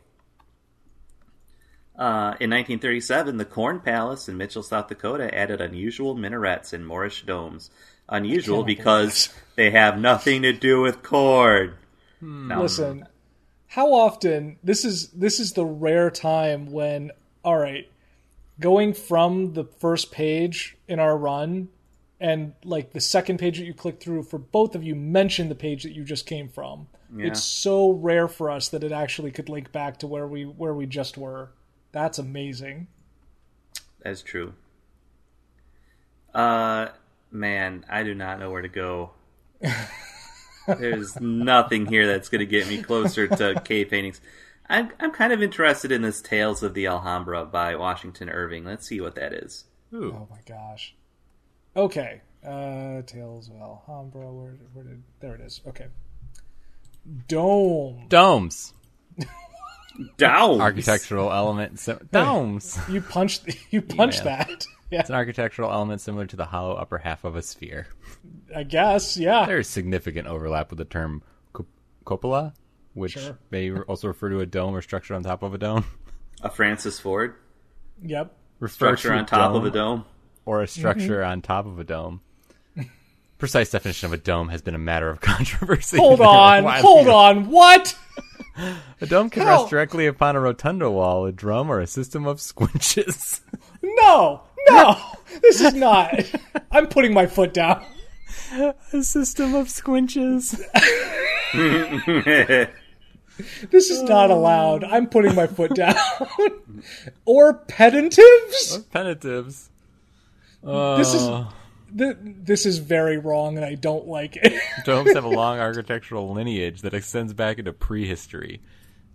Uh, in 1937, the Corn Palace in Mitchell, South Dakota, added unusual minarets and Moorish domes. Unusual
cannot believe
because they have nothing to do with corn. Now,
Listen, how often this is this is the rare time when all right, going from the first page in our run and like the second page that you click through for both of you mention the page that you just came from. It's so rare for us that it actually could link back to where we where we just were. That's amazing.
That's true. Uh, man, I do not know where
<laughs>
to go. There's nothing here that's going to get me
<laughs>
closer to cave paintings. I'm I'm kind of interested in this Tales of the Alhambra by Washington Irving. Let's see what that is.
Ooh.
Oh my gosh. Okay. Uh Tales of Alhambra, where where did there it is. Okay. Dome.
Domes.
Down
Architectural element. Sim-
<laughs>
domes.
You punched <laughs> you punched
Yeah.
that. <laughs> Yeah,
It's an architectural element similar to the hollow upper half of a sphere.
I guess. Yeah.
There is significant overlap with the term cop- cupola, which
Sure.
may re- also refer to a dome or structure on top of a dome.
A Francis Ford
Yep.
Refer
structure
to
on top of a dome.
or a structure on top of a dome. <laughs> Precise definition of a dome has been a matter of <laughs> controversy.
Hold on.
Why-
Hold on. What?
A dome can
How?
rest directly upon a rotunda wall, a drum, or a system of squinches. <laughs>
No. No. <laughs> This is not. I'm putting my foot down.
a system of <laughs> squinches.
This is not allowed. I'm putting my foot down. <laughs> or pedantatives?
Penatives.
This is
Uh.
th- this is very wrong and I don't like it. <laughs>
Domes have a long architectural lineage that extends back into prehistory.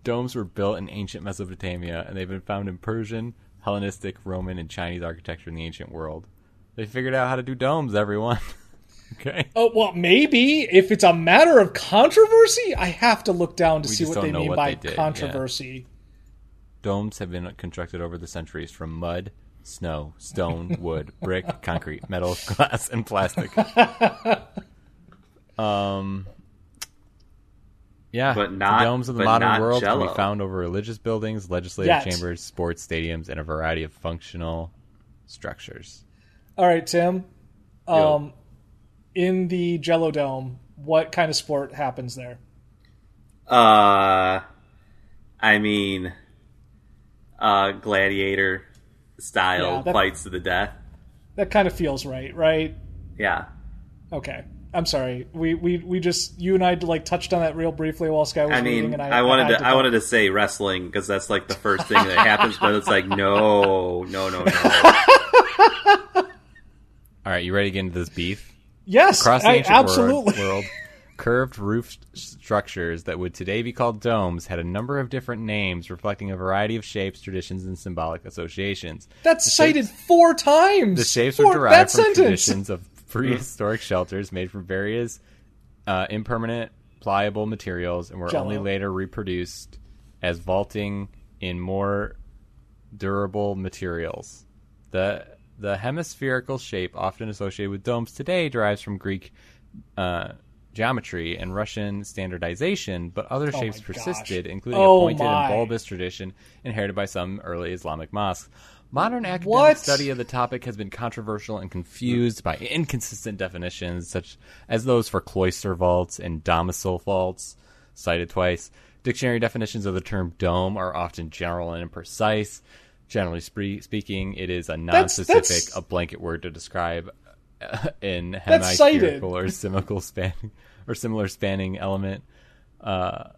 Domes were built in ancient Mesopotamia, and they've been found in Persian, Hellenistic, Roman, and Chinese architecture in the ancient world. They figured out how to do domes, everyone. <laughs> okay.
Oh, well, maybe if it's a matter of controversy, I have to look down to see
just
what
don't
they
know
mean
what
by
they did, yeah.
controversy.
Domes have been constructed over the centuries from mud, snow, stone, wood, brick, concrete, metal, <laughs> glass, and plastic. Um, yeah,
But
the
not-
domes of the
but
modern
not
world can
jello.
be found over religious buildings, legislative
Yet.
chambers, sports stadiums, and a variety of functional structures.
All right, Tim.
Yo.
Um, in the Jello Dome, what kind of sport happens there?
Uh, I mean, uh, gladiator style
Yeah, that-
fights to the death.
That kind of feels right, right?
Yeah.
Okay. I'm sorry. We we, we just you and I like touched on that real briefly while Sky was
I
reading,
mean,
and I,
I, wanted
had
to, I wanted to say wrestling because that's like the first thing that happens, but it's like no, no,
<laughs>
no, no.
All right, you ready to get into this beef?
yes,
Across the
I-
ancient
absolutely.
world,
<laughs>
world, curved roof s- structures that would today be called domes had a number of different names reflecting a variety of shapes, traditions, and symbolic associations.
That's cited four times.
The shapes
Four-
were
that
derived from
sentence.
traditions of
<laughs>
prehistoric shelters made from various uh, impermanent, pliable materials and were
Jell-O.
only later reproduced as vaulting in more durable materials. The the hemispherical shape often associated with domes today derives from Greek uh, geometry and Russian standardization, but other shapes
Oh gosh.
persisted, including
Oh
a pointed
my.
and bulbous tradition inherited by some early Islamic mosques. Modern academic
What?
study of the topic has been controversial and confused by inconsistent definitions, such as those for cloister vaults and domicile vaults, cited twice. Dictionary definitions of the term dome are often general and imprecise. Generally spree- speaking, it is a non-specific,
that's-
a blanket word to describe uh, in
That's cited.
hemispherical or
<laughs>
similar spanning or similar spanning element. Uh,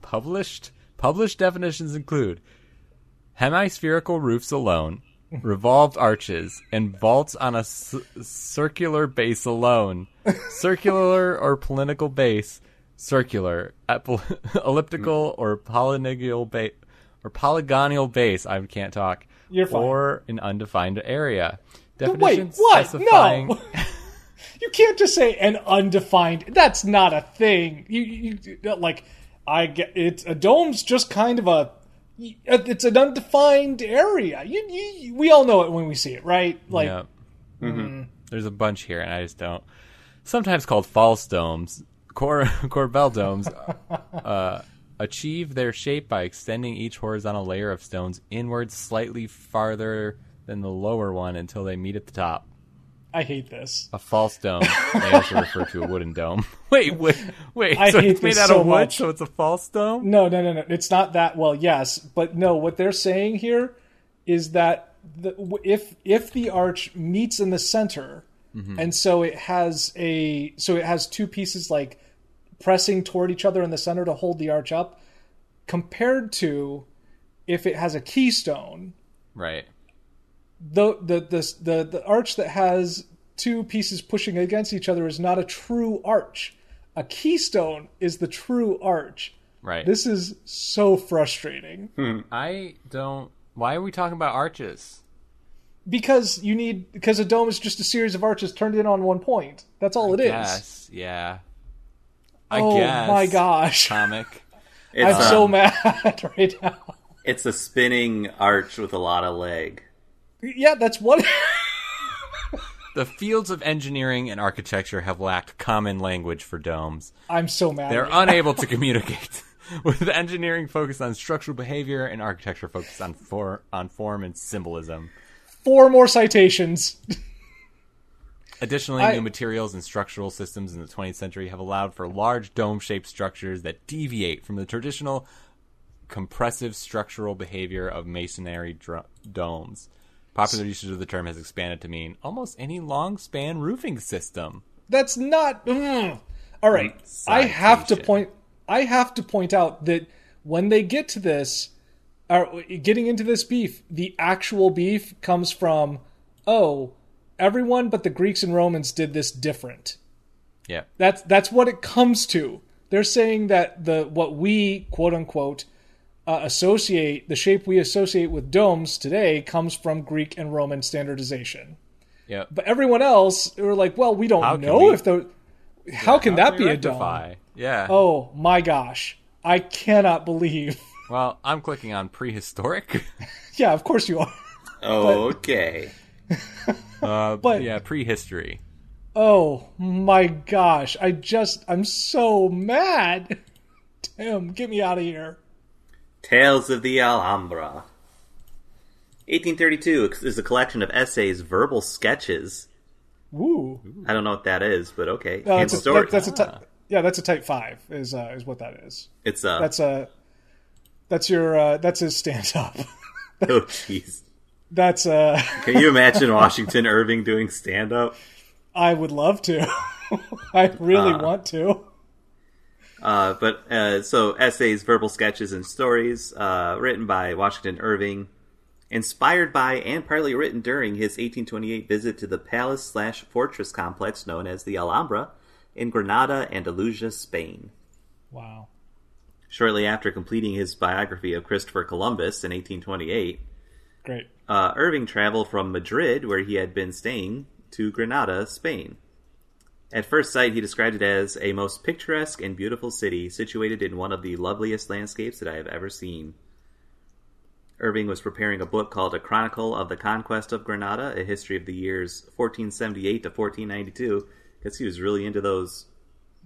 published published definitions include hemispherical roofs alone, revolved arches, and vaults on a s- circular base alone, circular or polinical base, circular, epil- <laughs> elliptical or polygonal base, or polygonal base. I can't talk.
You're fine.
Or an undefined area.
Wait,
Definitions
what? <laughs>
specifying
No. you can't just say an undefined. That's not a thing. You, you you- like I get it's a dome's just kind of a it's an undefined area. You, you we all know it when we see it, right? Like
yeah. Mm-hmm. There's a bunch here, and I just don't. <laughs> Sometimes called false domes, cor- corbel domes, uh, achieve their shape by extending each horizontal layer of stones inward slightly farther than the lower one until they meet at the top.
I hate this.
A false dome. they also refer to a wooden dome. <laughs> Wait, wait, wait.
I
so
hate
it's made
this
out
so
of wood,
much.
so it's a false dome.
No, no, no, no. It's not that. Well, yes, but no. What they're saying here is that the, if if the arch meets in the center, and so it has a so it has two pieces like pressing toward each other in the center to hold the arch up, compared to if it has a keystone,
Right.
the the the the, the arch that has two pieces pushing against each other is not a true arch. A keystone is the true arch.
Right.
This is so frustrating
Hmm. I don't. Why are we talking about arches?
because you need because a dome is just a series of arches turned in on one point. That's all it is.
Yes. Yeah. I
oh
guess.
my gosh,
Comic.
It's,
I'm so
um,
mad <laughs> right now.
it's a spinning arch with a lot of leg.
Yeah, that's what.
The fields of engineering and architecture have lacked common language for domes.
<laughs> I'm so mad. <laughs>
They're unable to communicate. <laughs> With engineering focused on structural behavior and architecture focused on for, on form and symbolism.
Four more citations.
Additionally,
I-
new materials and structural systems in the 20th century have allowed for large dome shaped structures that deviate from the traditional compressive structural behavior of masonry dr- domes. Popular usage of the term has expanded to mean almost any long span roofing system.
That's not. mm. All right, I have to
Citation.
point. I have to point out that when they get to this, or getting into this beef, the actual beef comes from, oh, everyone but the Greeks and Romans did this different.
Yeah.
That's that's what it comes to. They're saying that the what we quote unquote uh, associate the shape we associate with domes today comes from Greek and Roman standardization.
Yeah.
But everyone else were like, well, we don't
How can
know
we-
if the how can that be a dome?
Rectify. Yeah.
Oh my gosh, I cannot believe. <laughs>
Well, I'm clicking on prehistoric. <laughs>
yeah, of course you are. <laughs>
Okay.
Uh,
But-
yeah, prehistory.
Oh my gosh, I just I'm so mad. <laughs> Tim, get me out of here.
Tales of the Alhambra. 1832 is a collection of essays, verbal sketches.
Woo.
I don't know what that is, but okay.
No,
Hand
that's, a,
story.
that, that's a
Ah.
type. Yeah, that's a type five. Is uh, is what that is.
it's uh,
That's a. That's your. Uh, that's his stand up.
<laughs> oh jeez.
<laughs> that's uh <laughs>
Can you imagine Washington Irving doing stand up?
I would love to. <laughs> I really
Ah.
want to.
Uh, but uh, so essays, verbal sketches, and stories uh, written by Washington Irving, inspired by and partly written during his 1828 visit to the palace slash fortress complex known as the Alhambra in Granada, Andalusia, Spain.
Wow.
Shortly after completing his biography of Christopher Columbus in 1828,
Great.
uh, Irving traveled from Madrid, where he had been staying, to Granada, Spain. At first sight, he described it as a most picturesque and beautiful city situated in one of the loveliest landscapes that I have ever seen. Irving was preparing a book called A Chronicle of the Conquest of Granada, a history of the years 1478 to 1492, because he was really into those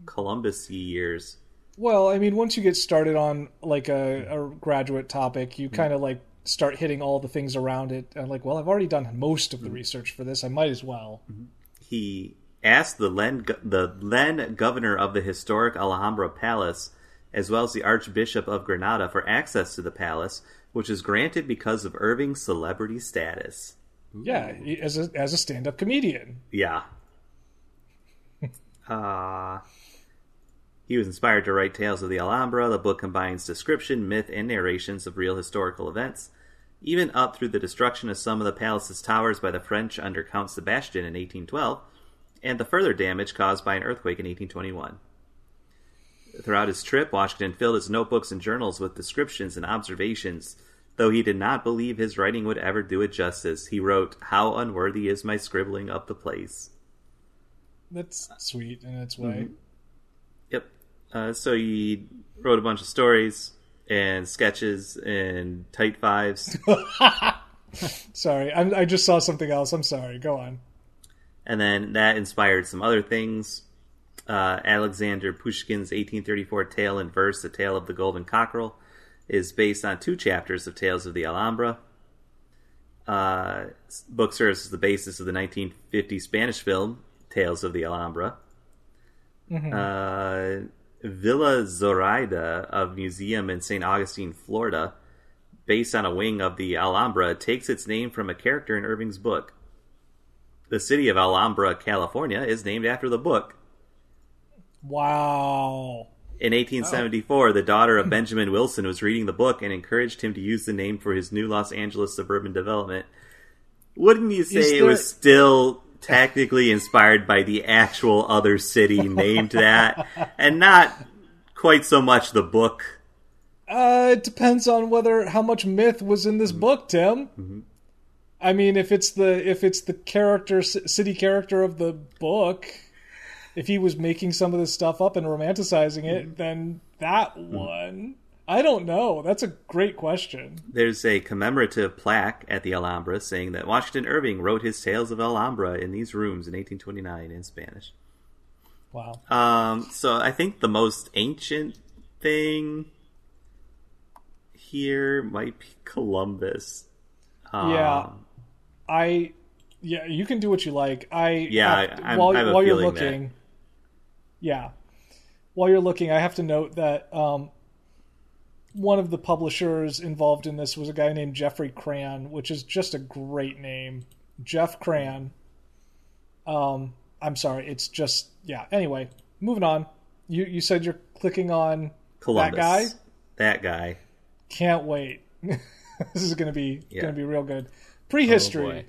Columbus years.
Well, I mean, once you get started on like a, a graduate topic, you kind of like start hitting all the things around it. And like, well, I've already done most of the research for this. I might as well.
he asked the Len, the then governor of the historic Alhambra Palace, as well as the Archbishop of Granada, for access to the palace, which is granted because of Irving's celebrity status.
Yeah, as a as a stand up comedian.
Yeah. <laughs> uh, he was inspired to write Tales of the Alhambra. The book combines description, myth, and narrations of real historical events, even up through the destruction of some of the palace's towers by the French under Count Sebastian in 1812, and the further damage caused by an earthquake in 1821. Throughout his trip, Washington filled his notebooks and journals with descriptions and observations. Though he did not believe his writing would ever do it justice, he wrote, How unworthy is my scribbling of the place.
That's sweet in its way.
Yep. Uh, so he wrote a bunch of stories and sketches and tight fives,
Sorry, I'm, I just saw something else. I'm sorry. Go on.
and then that inspired some other things. uh, Alexander Pushkin's 1834 tale in verse, The Tale of the Golden Cockerel, is based on two chapters of Tales of the Alhambra. Uh, s- book serves as the basis of the 1950 Spanish film, Tales of the Alhambra. Uh, Villa Zoraida of Museum in St. Augustine, Florida, based on a wing of the Alhambra, takes its name from a character in Irving's book. The city of Alhambra, California, is named after the book.
Wow.
In 1874, the daughter of Benjamin Wilson was reading the book and encouraged him to use the name for his new Los Angeles suburban development. Wouldn't you say
Is
it was
there-
still technically inspired by the actual other city named <laughs> that and not quite so much the book?
Uh, it depends on whether how much myth was in this book, Tim. I mean, if it's the if it's the character ci- city character of the book, if he was making some of this stuff up and romanticizing it, then that one. I don't know. That's a great question.
There's a commemorative plaque at the Alhambra saying that Washington Irving wrote his Tales of Alhambra in these rooms in 1829 in Spanish.
Wow.
Um, so I think the most ancient thing here might be Columbus. Um,
yeah. I yeah, you can do what you like. I
Yeah, I-
have to-
I'm-
while
I have a
while you're
feeling that-
looking. Yeah. While you're looking, I have to note that um one of the publishers involved in this was a guy named Jeffrey Cran, which is just a great name. Jeff Cran. Um I'm sorry, it's just yeah. Anyway, moving on. You you said you're clicking on
Columbus.
guy?
That guy.
can't wait. <laughs> this is going to be
Yeah. Oh,
going to be real good. Prehistory.
boy.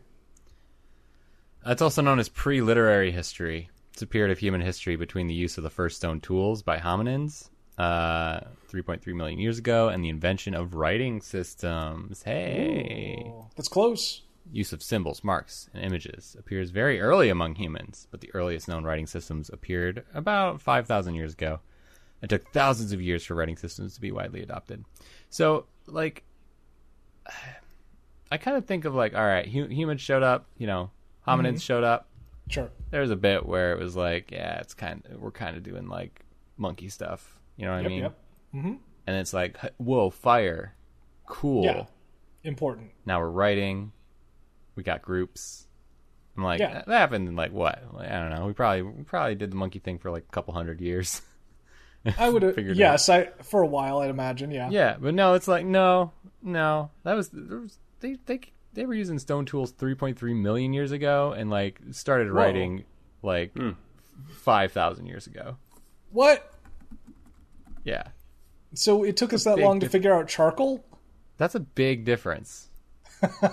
That's also known as pre literary history. It's a period of human history between the use of the first stone tools by hominins uh, 3.3 million years ago and the invention of writing systems. Hey!
Oh, that's close.
Use of symbols, marks, and images appears very early among humans, but the earliest known writing systems appeared about 5,000 years ago. It took thousands of years for writing systems to be widely adopted. So, like, <sighs> I kind of think of like, all right, hu- humans showed up, you know, hominins showed up.
Sure.
There was a bit where it was like, yeah, it's kind of we're kind of doing like monkey stuff, you know what I
Yep.
mean?
Yep.
And it's like, h- whoa, fire, cool.
Yeah.
<laughs>
Important.
Now we're writing, we got groups. I'm like,
Yeah.
that happened in like what? Like, I don't know. We probably we probably did the monkey thing for like a couple hundred years. <laughs>
I would.
Figured it
yes. I for a while. I'd imagine. Yeah.
Yeah, but no, it's like no, no. That was, there was they they they were using stone tools 3.3 million years ago and like started writing like
Hmm.
5,000 years ago.
What?
Yeah.
So it took us that
big
long to
diff-
figure out charcoal.
That's a big
<laughs>
difference. and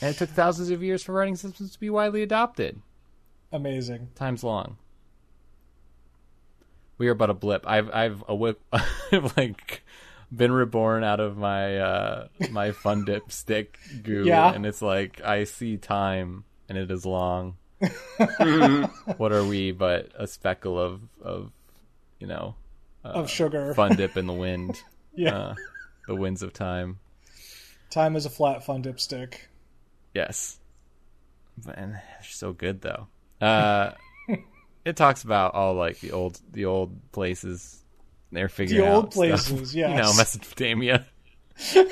it took thousands of years for writing systems to be widely adopted.
Amazing.
Times long. We are but a blip. I've I've awoke, <laughs> I've like been reborn out of my uh my fun dip stick goo
Yeah.
and it's like I see time and it is
<laughs>
long. what are we but a speckle of of you know
of sugar.
Uh, fun dip in the wind.
<laughs> Yeah.
Uh, the winds of time.
Time is a flat fun dipstick.
Yes. And they're so good though.
<laughs>
Uh it talks about all like the old the old places they're figuring
The
out
old
stuff.
places. Yes.
<laughs> You know,
<laughs>
Mesopotamia. you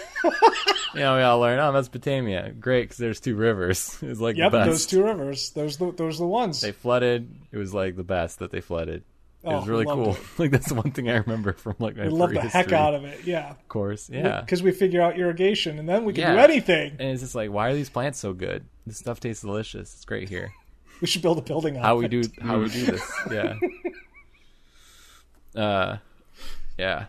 know, we all learn, oh, Mesopotamia. Great, because there's two rivers. <laughs> It's like
Yep,
the best.
those two rivers. Those the, those are the ones.
They flooded. It was like the best that they flooded. It
Oh,
was really
loved
cool. <laughs> like that's one thing I remember from like my
we love the heck out
of
of it. Yeah,
course. Yeah.
because we figure out irrigation, and then we can do
Yeah.
anything.
And it's just like, why are these plants so good? This stuff tastes delicious. It's great here.
We should build a building. On
How we
it.
do how we do this? Yeah. <laughs> Uh, yeah.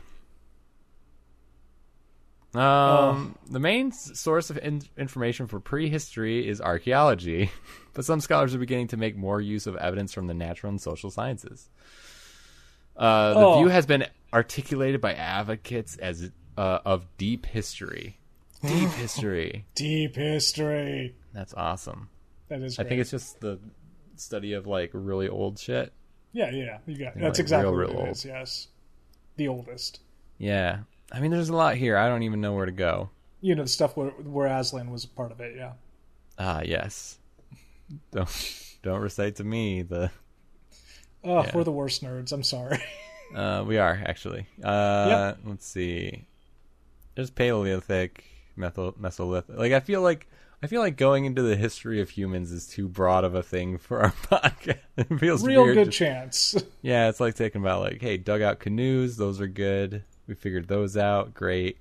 Um, the main s- source of in- information for prehistory is archaeology, <laughs> but some scholars are beginning to make more use of evidence from the natural and social sciences. Uh, the
Oh.
view has been articulated by advocates as uh, of deep <gasps> history. Deep history.
deep history.
That's awesome.
That is.
I
Great.
think it's just the study of like really old shit.
Yeah, yeah, you got that's
like,
exactly
real,
what
real
it is. Yes, the oldest.
Yeah. I mean, there's a lot here. I don't even know where to go.
You know the stuff where where Aslan was a part of it. Yeah, <laughs>
Ah, yes. Don't don't recite to me the
Oh, we're the worst nerds. I'm sorry. <laughs>
Uh, we are actually. Uh, Let's see. There's Paleolithic, Methyl, Mesolithic. Like I feel like I feel like going into the history of humans is too broad of a thing for our <laughs> podcast. It feels
Real
weird
good
just-
chance.
yeah, it's like taking about like, hey, dug out canoes. Those are good. We figured those out. Great.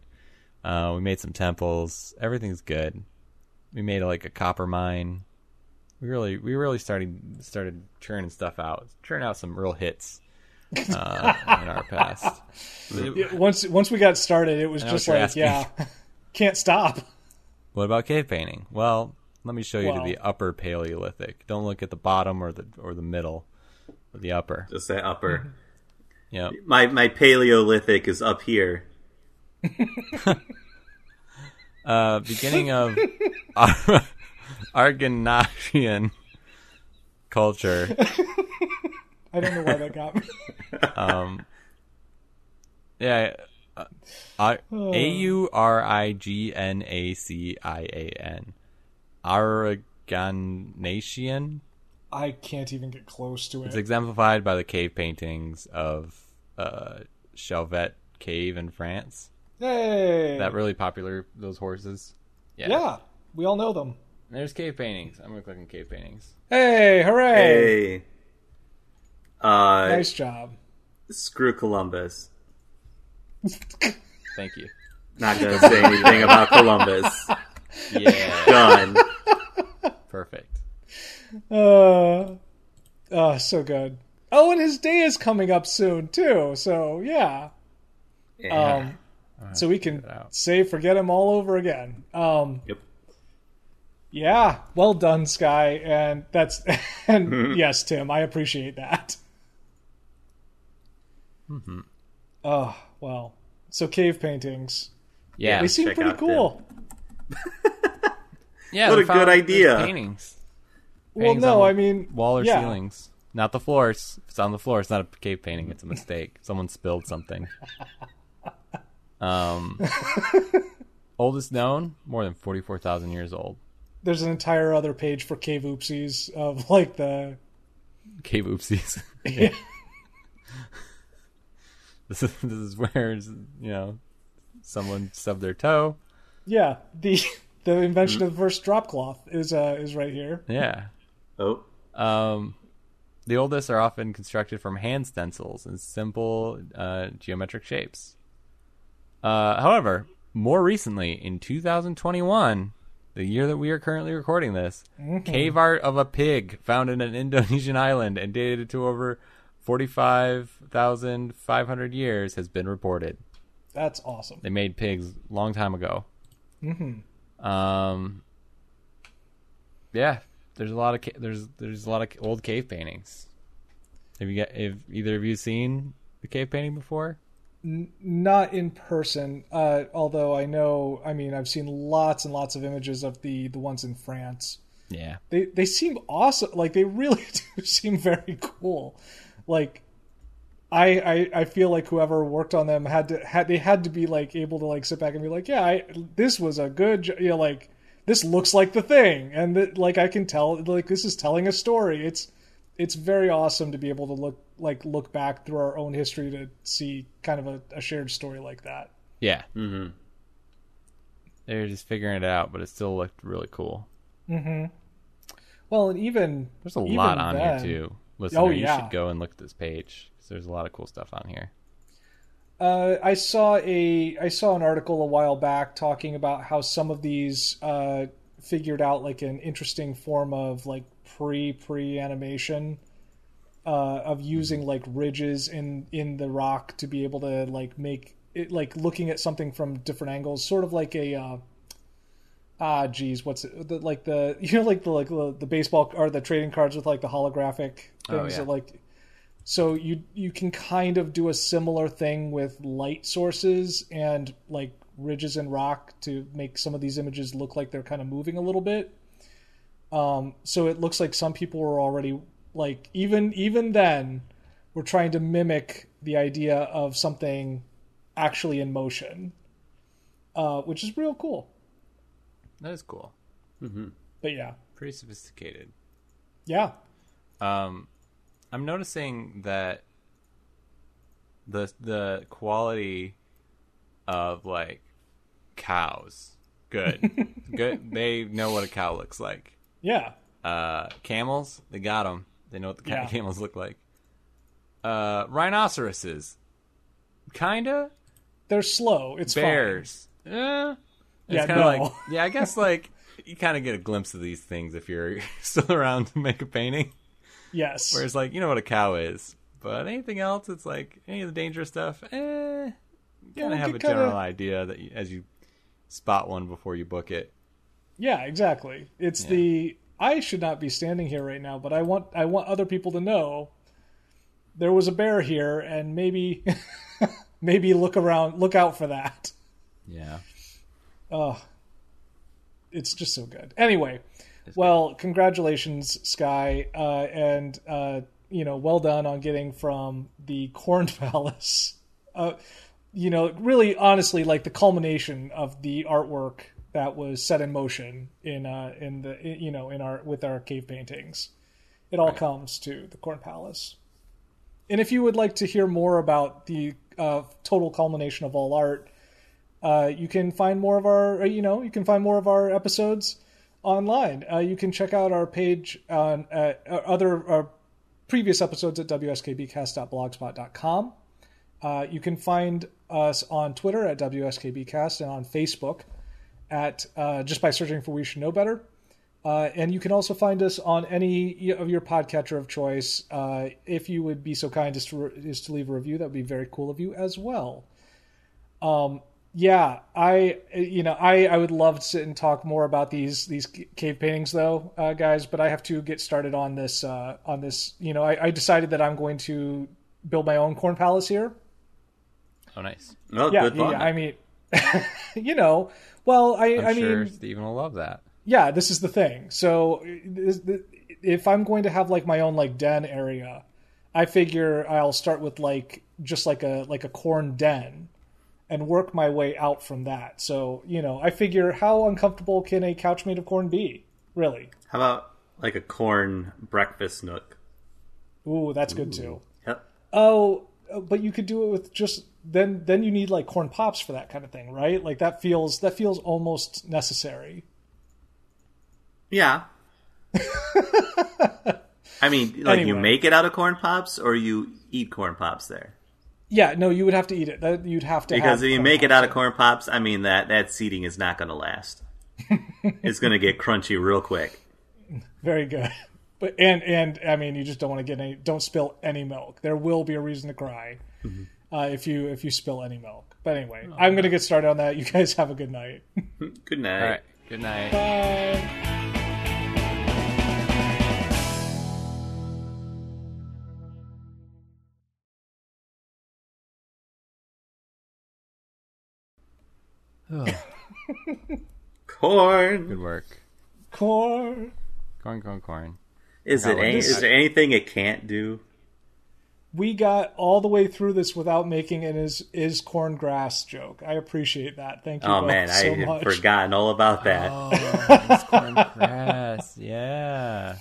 Uh, we made some temples. Everything's good. We made like a copper mine. We really, we really started started churning stuff out. Churn out some real hits uh, in our past.
once once we got started, it was
know
just
what
like,
you're asking.
yeah, <laughs> can't stop.
What about cave painting? Well, let me show you to
Well-
the upper Paleolithic. Don't look at the bottom or the or the middle, but the upper.
Just that upper.
Mm-hmm.
Yep.
My my Paleolithic is up here.
uh, beginning of Ar- <laughs> Argonautian culture,
I don't know
<laughs>
why that got me. <laughs>
um, yeah, uh, A U R I G N A C I A N, Aragonatian.
I can't even get close to it.
It's exemplified by the cave paintings of uh, Chelvet Cave in France.
hey,
That really popular those horses.
yeah, we all know them.
There's cave paintings. I'm gonna click on cave paintings.
Hey, hooray!
Hey. Uh,
Nice job.
Screw Columbus.
Thank you.
Not gonna say
<laughs>
anything about Columbus.
Yeah, <laughs>
Done.
perfect.
Uh, uh, so good. Oh, and his day is coming up soon too. So yeah.
Yeah.
Um, so we can
it out.
say forget him all over again. Um,
Yep.
yeah, well done, Sky, and that's <laughs>
<laughs>
and yes, Tim, I appreciate that.
Mm-hmm.
Oh well, so cave paintings
Yeah,
they seem
check
pretty
out
cool.
Yeah,
What
they
a
found
good
these
idea.
Paintings,
Well,
Paintings
no,
on
I mean
wall or
yeah.
ceilings, not the floors. If it's on the floor, it's not a cave painting. It's a mistake. <laughs> Someone spilled
<laughs>
something. Um, oldest known, more than forty-four thousand years old.
There's an entire other page for cave oopsies of <laughs> like the
Cave
<laughs>
oopsies. <laughs>
yeah.
this is this is where you know someone stubbed their toe.
the <laughs> the invention
Mm.
of the first drop cloth is uh is right here.
Yeah.
Oh,
Um, the oldest are often constructed from hand stencils and simple uh, geometric shapes. Uh, however, more recently, in 2021, the year that we are currently recording this, cave art of a pig found in an Indonesian <laughs> island and dated to over 45,500 years has been reported.
That's awesome.
They made pigs long time ago. Mm-hmm. Um, yeah, there's a lot of ca- there's there's a lot of old cave paintings. Have you got? Have either of you seen the cave painting before?
Not in person, uh, although I know. I mean, I've seen lots and lots of images of the the ones in France.
Yeah,
They they seem awesome. Like they really <laughs> do seem very cool. Like. I, I, I feel like whoever worked on them had to had they had to be like able to like sit back and be like yeah I, this was a good jo-" you know like this looks like the thing and that like I can tell like this is telling a story it's it's very awesome to be able to look like look back through our own history to see kind of a, a shared story like that
yeah. Mm-hmm. They're just figuring it out, but it still looked really cool.
well and even
There's a
even
lot on
then- Oh,
here too. Listener,
yeah.
you should go and look at this page 'cause there's a lot of cool stuff on here.
Uh, I saw a I saw an article a while back talking about how some of these uh, figured out like an interesting form of like pre pre animation uh, of using
Mm-hmm.
like ridges in in the rock to be able to like make it like looking at something from different angles, sort of like a uh, ah geez, what's it the, like the <laughs> you know like the like the, the baseball or the trading cards with like the holographic things
Oh, yeah.
that like so you you can kind of do a similar thing with light sources and like ridges and rock to make some of these images look like they're kind of moving a little bit. Um, so it looks like some people were already like even even then were trying to mimic the idea of something actually in motion, uh, which is real cool.
That is cool.
But yeah,
Pretty sophisticated.
yeah,
Um, I'm noticing that the the quality of like cows
<laughs>
good good they know what a cow looks like
Yeah.
uh camels they got them they know what the kind
Yeah.
of camels look like uh rhinoceroses kinda
They're slow. It's
bears eh.
Yeah,
it's kind of
no.
like yeah i guess like you kind of get a glimpse of these things if you're <laughs> still around to make a painting
Fine. <laughs> Yes.
Whereas, like, you know what a cow is, but anything else, it's like any of the dangerous stuff. Eh, you kind of
we
have
could
a
kinda-
general idea that you, as you spot one before you book it.
Yeah, exactly. It's the I should not be standing here right now, but I want I want other people to know there was a bear here and maybe <laughs> maybe look around look out for that.
Yeah,
It's just so good. Anyway, well, congratulations, Sky, uh, and uh, you know, well done on getting from the Corn <laughs> Palace. Uh, you know, really, honestly, like the culmination of the artwork that was set in motion in uh, in the in, you know in our with our cave paintings. It all comes to the Corn Palace. And if you would like to hear more about the uh, total culmination of all art, uh, you can find more of our or, you know you can find more of our episodes online uh, you can check out our page on uh, our other our previous episodes at wskbcast.blogspot.com uh, you can find us on twitter at wskbcast and on facebook at uh, just by searching for we should know better uh, and you can also find us on any of your podcatcher of choice. Uh, if you would be so kind as to, re- is to leave a review, that would be very cool of you as well yeah i you know i i would love to sit and talk more about these these cave paintings though uh, guys but i have to get started on this uh on this you know i, I decided that i'm going to build my own corn palace here
oh nice.
Oh,
yeah
good
yeah,
luck.
yeah i mean <laughs> you know well i
I'm
i
sure
mean
Steven will love that.
yeah this is the thing so is the- if i'm going to have like my own like den area i figure i'll start with like just like a like a corn den and work my way out from that so you know i figure how uncomfortable can a couch made of corn be really
How about like a corn breakfast nook?
ooh that's good too
Yep.
oh but you could do it with just then then you need like corn pops for that kind of thing right like that feels that feels almost necessary <laughs>
Yeah. I mean, like you
Anyway.
make it out of corn pops or you eat corn pops there?
yeah no you would have to eat it That- you'd have to
Because
have
if you
corn
make it
pops.
out of corn pops, I mean that that seeding is not going
<laughs>
to last. it's going to get crunchy real quick.
Very good. <laughs> But and and I mean, you just don't want to get any. Don't spill any milk. There will be a reason to cry
Mm-hmm.
uh, if you if you spill any milk. But
Oh,
anyway, I'm going to get started on that. You guys <laughs> have a good night.
Good night.
All right, good night.
Bye.
Good
Corn.
work.
Corn.
Corn, corn, corn.
Is it?
Now
Any,
let's-
is there anything it can't do?
We got all the way through this without making an is is corn grass joke. I appreciate that. Thank you
Oh
both
man,
so
I had
much.
forgotten all about that.
Oh, it's corn grass. <laughs> Yeah.